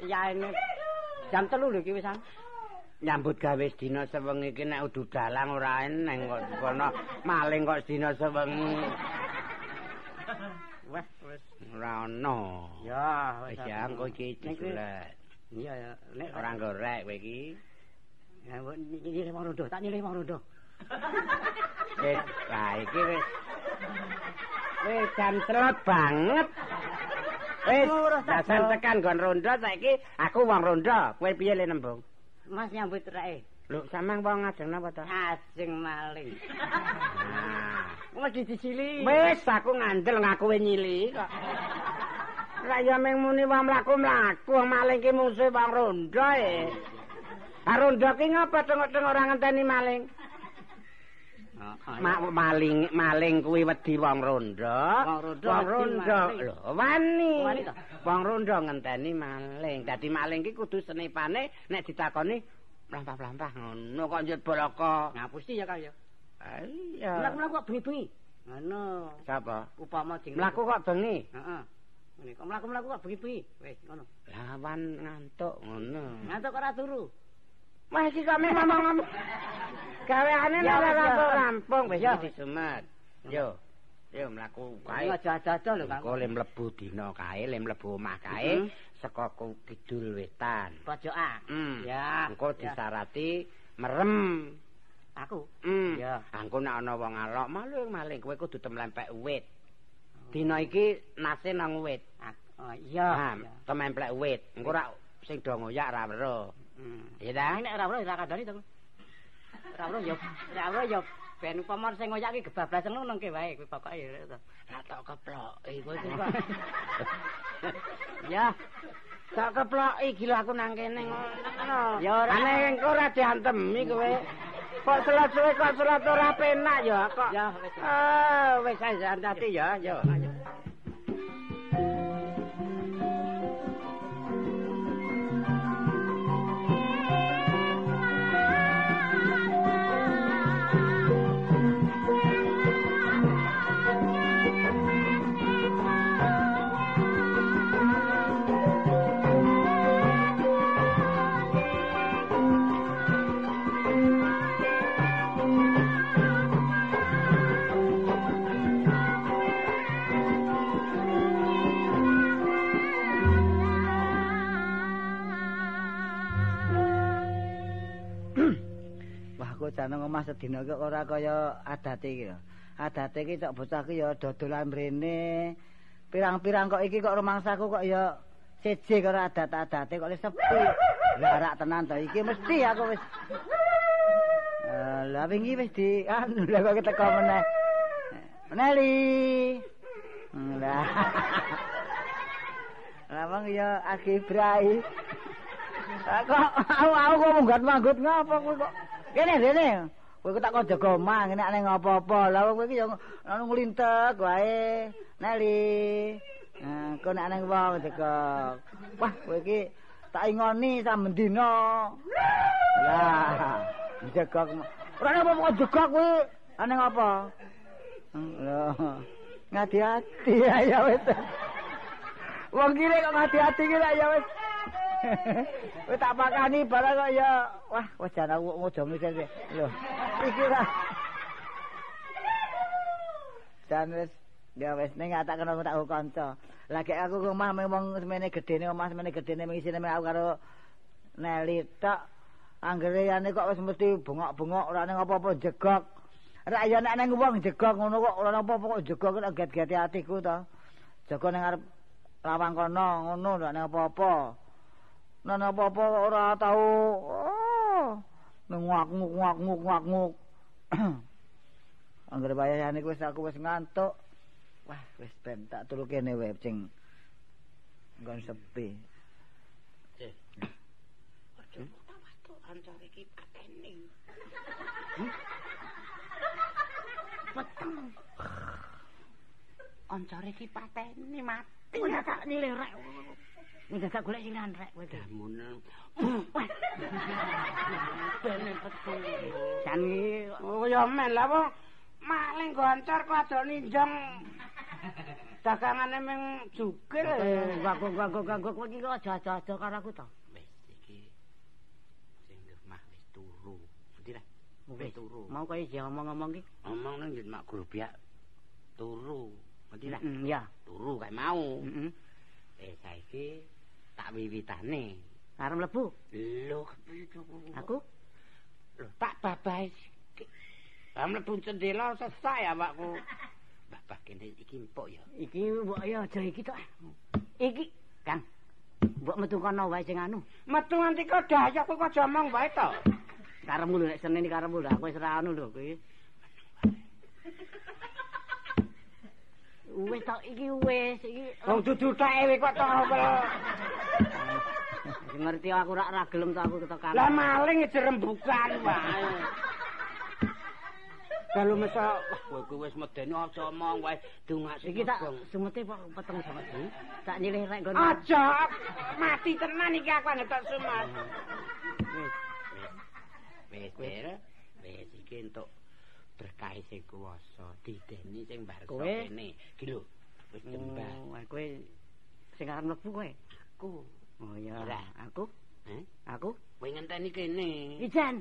Ya ini jam 3 lho iki wis. Kang. nyambut gawe sedina sewengi iki nek udu dalang ora eneng kok kono maling kok sedina sewengi Wah, wis. ora ono Ya, wis wis ya aku. engko iki Nek kuwi- disulat Iya ya, nek ora gorek kowe iki Ya, mbok nyilih mau rondo, tak nyilih mau rondo. wis lah iki wis wis jam celat banget wis Ngurus tak dasar jawab. tekan gon rondo saiki aku wong rondo kowe piye le nembung Mas nyambut rae. lho sampean wong ngajeng napa to Asing maling. Nah. Wes dicili. Wis aku ngandel ngaku kowe nyili kok. Lah ya ming muni wong mlaku-mlaku, wong maling ki musuh wong rondo e. Ah rondo ki ngapa tengok-tengok ora ngenteni maling? Mak maling maling kuwi wedi wong rondo. Wong rondo wong wedi rondo maling. lho, wani. Wani ta? Wong rondo ngenteni maling. Dadi maling ki kudu senepane nek ditakoni mlampah-mlampah ngono kok njut boloko. ngapusi ya kaya. Ah, Mlaku Iya. mlaku kok bengi-bengi. Ngono. Sapa? Upama jeng Mlaku kok bengi. Heeh. Ngene kok mlaku-mlaku kok bengi-bengi. Wis ngono. Lawan ngantuk ngono. Ngantuk kok ora turu. Wah iki kok mek ngomong-ngomong. Gaweane Ya, wis, ora ya. rampung-rampung wis Ya, iki wis. disemat. Yo. Yo mlaku kae. Kae aja-aja lho Kang. Engko le mlebu dina kae, le mlebu omah kae Mhm. saka ku- kidul wetan. Pojokan. Hmm. Ya. Engko ya. disarati merem. Aku. Hmm. Ya. Engko nek ana wong alok maling maling kowe kudu temlempek wit. Oh. Dina iki nase nang wit. Aku. Oh, iya. Ha, iya. tememplek wit. Engko ra sing do ngoyak ra weruh. Hmm. Ya Nah, ta? nek ora ora kandhani to. Ora ora ya, ora ora ya ben upama sing ngoyak ki gebablasen nang ke wae kuwi pokoke ya to. Ra tok keploki kowe iki kok. Ya, Tok keploki gila aku nang kene ngono. Ya ora. Ane engko ora diantemi kowe. Kok selat kowe kok selat ora penak ya kok. Ya, wis. Ah, wis ae hati ya, yo. Ayo. Wah, aku janeng omah sedina kok ora kaya adate iki lho. Adate iki cok bocah ki ya dodolan mrene. Pirang-pirang kok iki kok rumangsaku kok ya seje karo adat-adate kok wis sepi. Larak tenan to iki mesti aku wis. Eh, Lah wingi wis di anu lha kok keteko meneh. Meneli. Lah. (laughs) Lah wong ya algebrai. Ah, kok aku aku kok munggat manggut ngapa kowe kok kene rene kowe kok tak kok jaga omah ngene nek ngopo-opo lha kowe iki yo ngono nglintek wae neli nah kowe nek nang wong jaga wah kowe iki tak ingoni samben dina lah jaga ora apa kok jaga kowe ane ngopo lho ngati-ati (laughs) ya wis wong kire kok ngati-ati ki lah ya wis Kowe tak pakani barang kok ya wah wis jan aku ngojo mikir sih. Lho, iki lah. Jan wis ya wis ning gak tak kena tak aku kanca. Lah gek aku ke omah memang semene gedene omah semene gedene mung isine aku karo Neli tok anggere yane kok wis mesti bengok-bengok ora ning apa-apa jegok. Rak ya nek nang wong jegok ngono kok ora apa-apa kok jegok kok get-geti atiku to. Jaga ning arep lawang kono ngono ora ning apa-apa. Nek apa-apa ora tau Oh, nguak-nguak-nguak-nguak. (clears throat) Anggere bayane wis aku wis ngantuk. Wah, wis ben tak turu kene wae sing nggon sepi. Ancore iki pateni mati. Ora tak nyilih rek. Ning gak golek silihan rek kowe. Damunan. Bene petu. Jan iki oh ya men lah wong maling goncor kok ado ninjong. Dagangane ming jukil. Eh, Ganggu-ganggu-ganggu kowe iki kok aja-aja karo aku to. Wis iki sing di omah wis turu. Ngerti lah. Wis turu. mau kaya dia ngomong-ngomong ki. Ngomong nang yen mak grobiak turu. Ngerti lah. Mm, Ya. Turu kae mau. Heeh. Eh saiki tak wiwitane. Arep mlebu. Lho kepiye to kuwi? Aku Lho, tak babah iki. Lah mlebu cendela sesak ya (laughs) awakku. Babah kene iki empuk ya. iki mbok ya aja iki tok. Iki, Kang. Mbok metu kono wae sing anu. Metu nganti kok dayak kowe kok jomong wae to. Karepmu lho nek Senin iki karepmu lho aku wis ra anu lho kuwi. Wis tok iki wis iki Wong dudu tae kok to ngopel. (laughs) ngerti aku ra ra gelem to aku ketekan. Lah maling jerembukan wae. Kalau mesok, wah kowe ku wis medeni aja omong wae dungak sing Iki tak ngobong. sumete kok peteng sama iki. Tak nyilih rek kono. Aja mati tenan iki aku anggap tak sumat. Wis, wis, wis, wis, wis iki entuk berkah sing kuwasa, dideni sing barso Kowe? kene. Iki lho, wis jembah. Oh, kowe sing arep mlebu kowe. Aku, Oh ya, Lah. aku, eh, aku. kowe ngenteni kene. Ijan,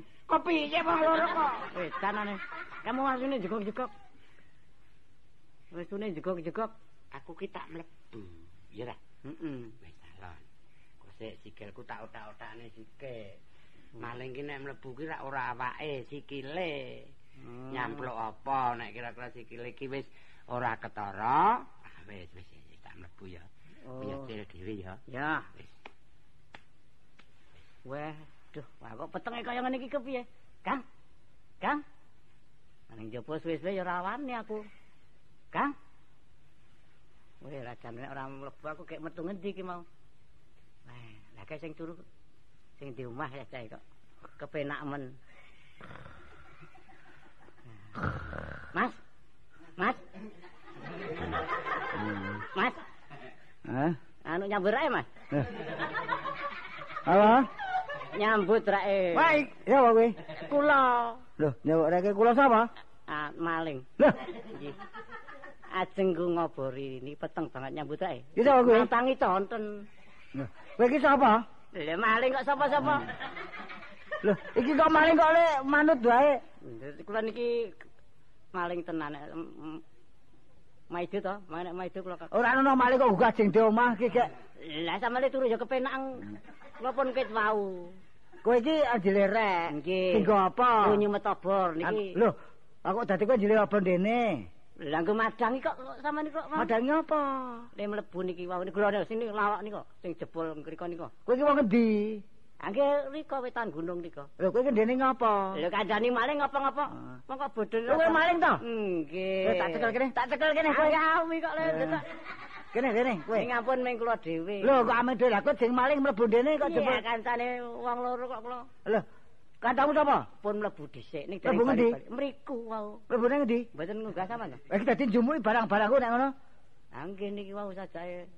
Eh. Kok piye wong loro kok? wis tanane. Kamu wasune jegok-jegok. Westune jegok-jegok. Aku ki tak mlebu. Ya ra. Heeh. Wis talon. Kosek sikilku tak otak-otakne sikil. Maling ki nek mlebu ki ra ora awake, sikile. Hmm. Nyampluk apa nek kira-kira sikile ki wis ora ketara, ah, wis wis wis, wis, tak mlebu ya. Oh. Nyetir dhewe ya. Ya. Wis. Wah, duh, wah kok petenge kaya ngene iki kepiye? Kang. Kang. Nang jopo suwe-suwe ya ora wani aku. Kang. Weh, ra jane nek ora mlebu aku kek metu ngendi iki mau. Wah, lah kek sing turu sing di omah ya cah kok. Kepenak men. Mas. Mas. Mas, Hah? anu nyambut rae, Mas. Apa? Nyambut rae. Baik, ya kowe. Kula Loh, nyawak rek kula sapa? ah, maling. Loh, Nggih. Ajeng ku ngobori ini peteng banget nyambut ae. iki sapa kowe? Matangi tonten. Loh, Kowe iki sapa? Lha maling kok sapa-sapa. Loh, iki kok maling kok le manut wae. Kula niki maling tenan. eh, m- m- Maidu to, mana maidu kula. kok. Ora ono maling kok gugah jeng di omah iki gek. Lah sampeyan turu ya kepenak. Kula pun ket wau. Kowe iki ajile rek. Nggih. Sing apa? Lu nyumet obor niki. Loh, aku dadi kowe jile apa dene? Lah nggo madangi kok sampeyan niku kok. Madangi apa? Le mlebu niki wau niku lho sing niku lawak niku sing jebol ngriko niku. Kowe iki wong endi? Angge riko wetan gunung niku. Lho, kowe iki dene ngapa? Lho kandhani maling ngopo-ngopo. Oh. Ah. Mongko bodho. Kowe maling to? Nggih. Lho, tak cekel kene, eh. tak cekel kene kowe. Awi kok lho. Eh. Kene kene kowe. Sing ampun ming kula dhewe. Lho, kok ame dhewe aku jeng maling mlebu dene kok kok jebul. kancane wong loro kok kula Lho, kancamu sapa? pun mlebu dhisik ning Mlebu ngendi? bali-bali. Mriku wau. Mlebune ngendi? Mboten ngunggah sampean. to? Lah, Iki dadi njumui barang-barangku nek ngono. Angge niki wau sajake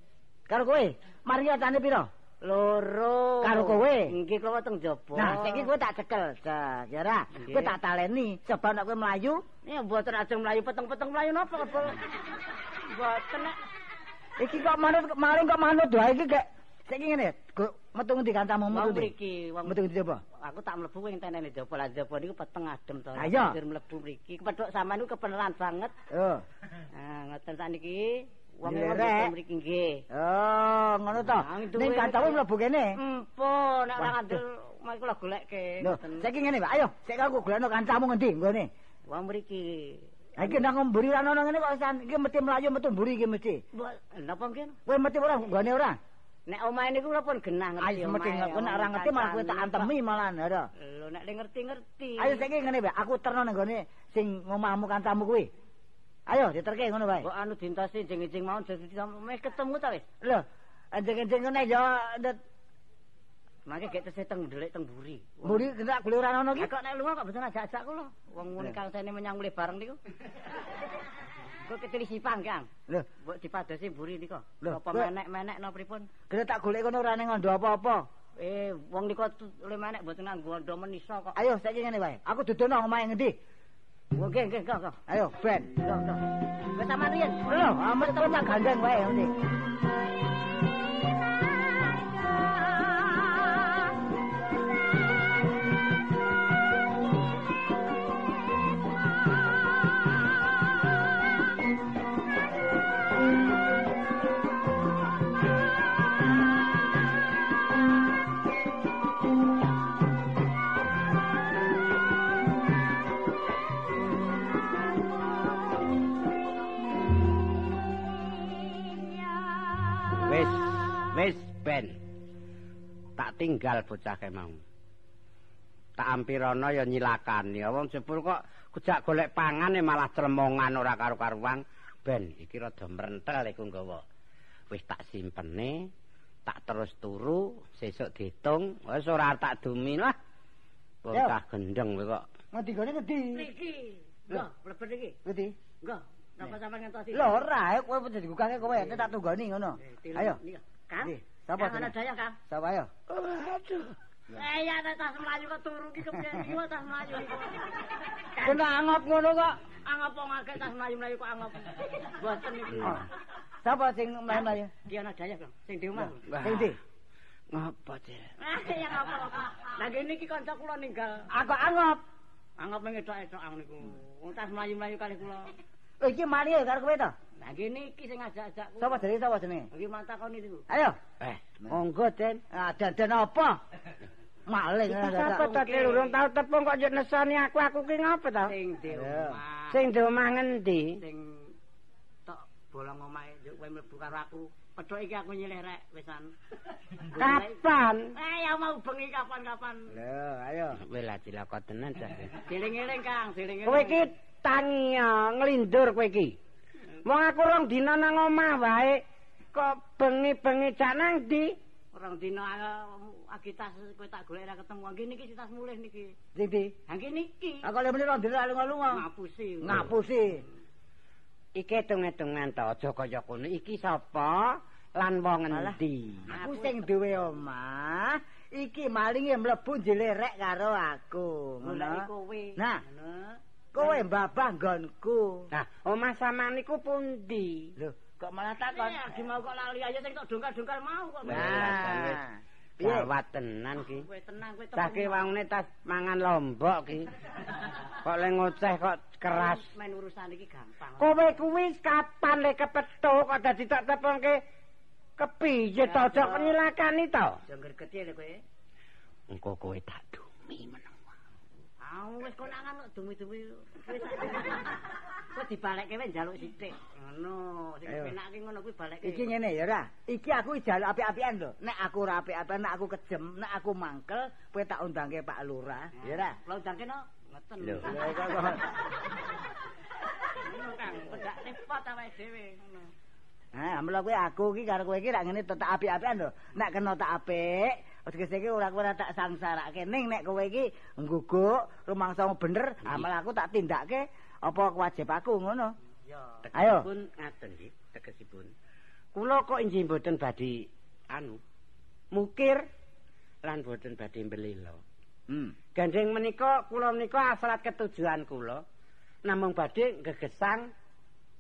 Karo kowe, mari atane pira? loro. Karo kowe? Nggih kula teng jaba. Nah, saiki kowe tak cekel. Dah, ya ra. Nggih. Kowe tak taleni. Sebab nek kowe mlayu, Ya mboten ajeng mlayu peteng-peteng mlayu napa kok. (laughs) Bol? Mboten nek iki kok manut maling kok manut wae iki gek. Saiki ngene, go- metu ngendi kancamu wong metu ndi? mriki wong Metu ngendi apa? aku tak mlebu ing tenene jaba lan jaba niku peteng adem to. Lah Ah, iya. Banjur mlebu mriki kepethuk sampean niku kebeneran banget. Oh. Ah ngoten sak niki wong Dilek. ora mriki nggih. Oh, ngono to. Nah, itu Ning wae. kancamu mlebu kene. Hmm. Empo nek ora ngandel mari kula goleke. Lho, Ngoten. saiki ngene, Pak. Ayo, saiki aku golekno kancamu ngendi nggone. Wong mriki. Ha iki nang mburi ra ono ngene kok san. Iki mesti mlayu metu mburi iki mesti. Mbok napa mungkin? Kowe mesti ora nggone ora. Nek omahe niku kula pun genah ngerti Ayo mesti omahe. ngerti nek ora ngerti malah kowe tak antemi malahan, ora. Lho nek le ngerti-ngerti. Ayo saiki ngene, Pak. Aku terno nang nggone sing omahmu kancamu kuwi. Ayo, diterke ngono wae. Mbok anu dintasi jeng-jeng mau jadi sampe ketemu ta wis. Lho, ajeng-ajeng ngene ya ndet Mangke gek tesih teng ndelik teng mburi. Wong mburi gendak golek ono Lah iki. kok nek lunga kok mboten ajak-ajak kula. Wong ngene Lho. kang sene menyang mulih bareng niku. Kok keteli sipang, Kang. Lho, Mbok dipadosi mburi nika. Lho, Apa kok- menek-menek napa pripun? gendak tak golek kono ora ning ngondo apa-apa. Eh, wong nika tu- oleh menek mboten nganggo ndo menisa kok. Ayo saiki ngene wae. Aku dudono omahe ngendi? Wong nggih nggih kok kok. Ayo, ben. Kok kok. Wis sampean riyen. Lho, amat kowe tak gandeng wae ngene. Wis, wis ben. Tak tinggal bocah kae mau. Tak ampirana ya nyilakani. Wong jebul kok kejak golek pangan eh, malah clemongan ora karo-karuan. Ben iki rada mrentel iku nggawa. Wis tak simpene, tak terus turu, sesuk diitung, wis ora tak dumi lah. Bocah Ah, gendeng kowe kok. Ngendi gone ngendi? Iki. Nggih, plebet iki. Ngerti? Nggih. Napa sampean ngentosi? Lho ora, ayo kowe jadi gugahke kowe, nek tak tunggoni ngono. Ayo. Eh, Kang. Nggih, sapa Kang ana jeneng? daya, Kang. Sapa ayo? Eh ya nek tas mlayu kok turu iki (laughs) kepiye iki kok tas mlayu iki. Kena angop ngono kok. Angop wong akeh tas mlayu-mlayu kok angop. Mboten (laughs) iki. Ah. Sapa sing mlayu-mlayu? Ki ana daya, Kang. Sing di omah. Sing ndi? Ngapa, Cek? Ah, ya ngapa-ngapa. Lah kene iki kanca kula ninggal. Aku angop. Angop mengetok-etokan niku. Wong tas mlayu-mlayu kali kula. Lho iki mari ya karo kowe to. Lah kene iki sing ngajak-ajak kula. Sapa jenenge sapa jenenge? Iki mantakoni niku. Ayo. Eh, Monggo, Den. Ah, dadan apa? Maling. Sapa to Dil urung tau tepung kok yo nesoni aku aku ki ngopo to? Sing di Iya. omah. Sing di omah ngendi? sing tok bolong omahe yo kowe mlebu karo aku. Petuk iki aku nyilih rek wisan. Kapan? Eh ya mau bengi kapan-kapan. Lho, ayo. kowe lah cilaka tenan, Cek. Diling-iling Kang, diling-iling. Kowe iki tanya nglindur kowe iki. Wong aku rong dina nang omah wae kok bengi-bengi jak nang ndi? Orang dina eh, agitas kowe tak golek ra ketemu. Angge niki si tas mulih niki. Sing ndi? Angge niki. Aku lek muni rondo lunga-lunga. Ngapusi. Ngapusi. Iki hitung-hitungan to aja kaya kono. Iki sapa lan wong endi? Aku sing duwe omah, iki malinge mlebu jelerek karo aku. Golek Ngono. kowe. Nah. Ngono. Kowe babah nggonku. Nah, omah sama niku pundi? Lho, kok malah Kon takon? lagi mau kok lali ayo sing tok dongkal-dongkal mau kok. Nah. Piye? Gawat tenan ki. Kowe tenang kowe Cah ki waune tas mangan lombok ki. Kok le ngoceh kok keras. Main urusan iki gampang. Kowe kuwi kapan le kepethuk kok dadi tak tepengke kepiye to aja nyilakani to. Aja gregeti lho kowe. Engko kowe tak dumi meneng. Ah wis kok nangan kok dumi-dumi. Kowe tak- Kok dibalekke wis njaluk sithik. Ngono, sing Ayo. penak ki ngono kuwi balekke. Iki ngene ya ora. Iki aku jaluk apik-apikan lho. Nek aku ora apik-apikan, nek aku kejem, nek aku mangkel, kowe tak undangke Pak Lurah. Ah. Ya ora. Lah undangke no ngeten. Lho. Lha kok- kok- Ngono Kang, pedak repot awake dhewe ngono. Nah, mula kowe aku iki karo kowe iki rak ngene tetep apik-apikan lho. Nek kena tak apik, wis geseke ora kowe ora tak sangsarake ning nek kowe iki ngguguk, rumangsa bener, amal aku tak tindakake apa wajib aku ngono. Ya. Ayo. Tegese pun ngaten nggih, tegesipun. Kula kok inggih mboten badhe anu mukir lan mboten badhe mbelila. Hmm. Gandeng menika kula menika asrat ketujuan kula namung badhe gegesang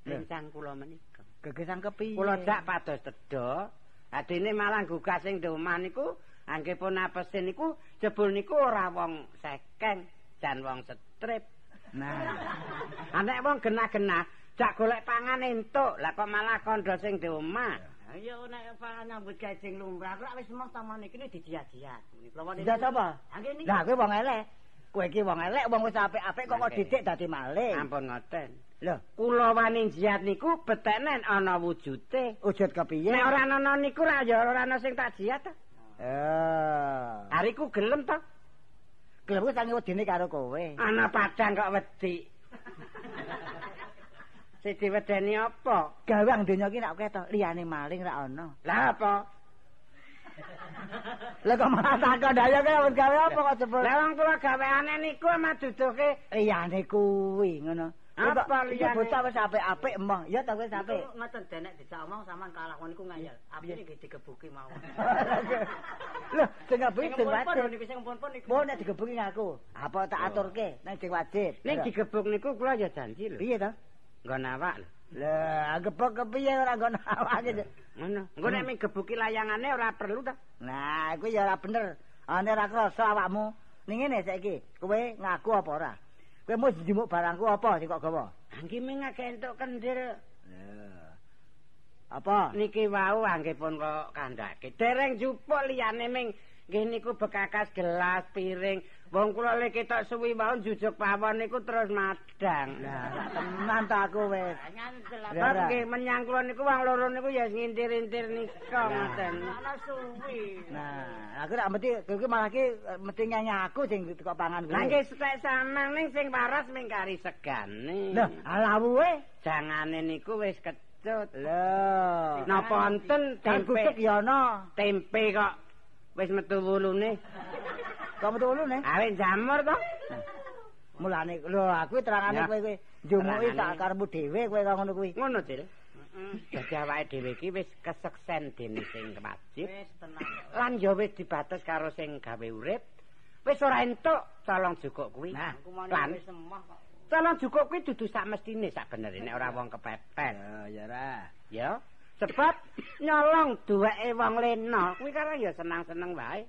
rencang kula menika. Gegesang kepiye? Kula dak pados tedha, adene malah gugah sing di omah niku angge pun apese niku jebul niku ora wong sekeng jan wong setrip. (laughs) Nah, Anek wong genah-genah jak golek pangan entuk, lah kok malah kandha sing di omah. Ayo nek pangan nyambut gawe sing lumrah, aku rak wis semah taman iki didiat-diat. Lawane. Didiat apa? Ha kene. lah kowe wong elek. Kowe iki wong elek, wong wis apik-apik kok kok Oke. didik dadi maling. Ampun ngoten. Lho, Kula wani jiat niku betenen ana wujute. wujud kepiye? Nek ora ana niku ra ya ora ana sing tak jiat ta. Eh. Hariku gelem ta. Gelem kuwi sange wedine karo kowe. Ana padang kok (laughs) wedi. Sing diwedeni apa? Gawang donya iki nek ketok liyane maling ra ono. Lah apa? Lah kok malah takon ayo kowe wis gawe apa kok jebul. Lah wong kula gaweane niku ama duduke Liyane kuwi ngono. Kowe Apa kok- liyane? Iki Bocah wis apik-apik emong. Ya ta wis apik. (laughs) Niku ngoten denek dijak omong sampean kalah kon niku ngayal. Apike iki digebuki (laughs) mawon. Lho, Sing sing ngabuki sing empon-empon wajib. niku sing empon-empon niku. Mau nek digebuki ngaku, apa Oh. tak aturke nek sing wajib. ning Lho, digebuk niku kula ya janji lho. piye to? Nggon awak lho. Lah, gebok kepiye ora nggon awake. Cuk. Ngono. Engko nek migebuki layangane ora perlu ta. Nah, kuwi ya ora bener. Ane ora krasa awakmu. Ning ngene saiki, kowe ngaku apa ora? Kowe mau njimuk barangku apa sing kok gawa? Anggi mengake entuk kendhil. Apa? Niki wau angge pun kok kandhake. Dereng jupuk liyane ming nggih niku bekakas gelas piring. Wong kula le ketok suwi wau jujuk pawon niku terus madang. Lah, tenan ta aku wis. Nyantel lah. Ya, ora. Lah nggih menyang kula niku wong loro niku ya ngintir-intir nika ngoten. Ana suwi. Nah, aku rak mesti kowe iki malah ki eh, mesti nyanyi aku sing kok pangan kowe. Lah nggih setek samang ning sing waras ming kari segane. Lho, alawuhe. Jangane niku wis kecut. Lho. Napa enten tempe Kan gudeg ya ana. tempe kok wis metu wulune. Ah. Kok metu ulune? Awet jamur to. Mulane lho aku terangane Ya. kowe kowe njumuki Terangane. sak karepmu dhewe kowe kok ngono kuwi. ngono Cil Dadi awake dhewe iki wis keseksen dening sing wajib Wis tenang. lan ya wis dibates karo sing gawe urip. Wis ora entuk colong jukuk kuwi. Nah, Aku mau lan wis semah kok. colong jukuk kuwi dudu sak mestine sak benere nek ora wong kepepet, Ya ya ra. ya. Sebab nyolong duweke wong lena kuwi karang ya senang-seneng wae.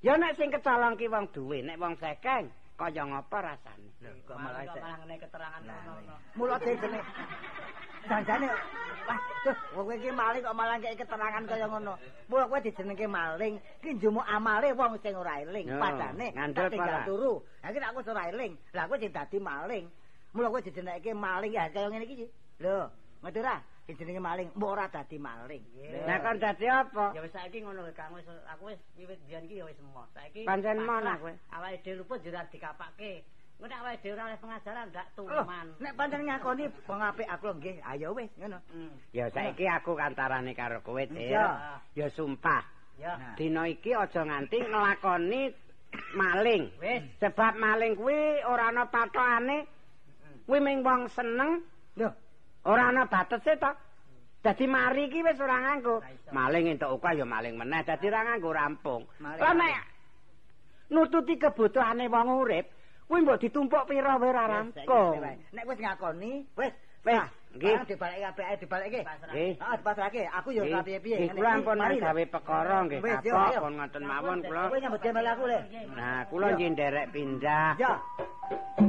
Ya nek sing kecolong ki wong duwe, nek wong sekeng kaya ngapa rasane? Kok malah isek. ngene keterangan ngono. Mula dene janjane wah duh kowe iki maling kok malah kei keterangan kaya ngono. Mula kowe dijenengke maling, ki njumuk amale wong sing ora eling, Yo, padane ngandel tak tinggal pala. turu. Ha iki aku ora eling. Lah kowe sing dadi maling. Mula kowe dijenengke maling ya kaya ngene iki. Lho, ngerti ra? Dijenenge maling, mbok ora dadi maling. Nah kon dadi apa? Ya wis saiki ngono lho Kang wis aku wis wiwit biyen iki ya wis semah. Saiki Pancen pasrah. mana kowe? Awake dhewe luput jura dikapake. Engko nek awake dhewe ora oleh pengajaran ndak Loh, tuman. oh, nek pancen ngakoni pengapik aku lho nggih, ayo wis ngono. Ya saiki aku kantarane karo kowe, Cil. Ya. Ya sumpah, Ya. dina iki aja nganti nglakoni maling. Wis. Sebab maling kuwi ora ana patokane. Kuwi mung wong seneng, Lho, ora ana batese Mm. to. Dadi mari iki wis ora nganggo. Maling entuk uga ya maling meneh, dadi ora nganggo rampung. Maling. Lah nek nututi kebutuhane wong urip, kuwi mbok ditumpuk pira wae ora rampung. Nek wis Ah. ngakoni, wis Wis, sah. nggih. Barang Dibalekke apik ae dibalekke. Nggih. Heeh, dipasrahke. Ah, Aku ya ora piye-piye. Nggih, Ngene. kula ampun Mari, lho. gawe perkara nggih Wis, yo, kapok ayo. kon ngoten mawon Kowe kula. nyambut gawe aku le. Nah, kula Yo. njenderek pindah. Ya.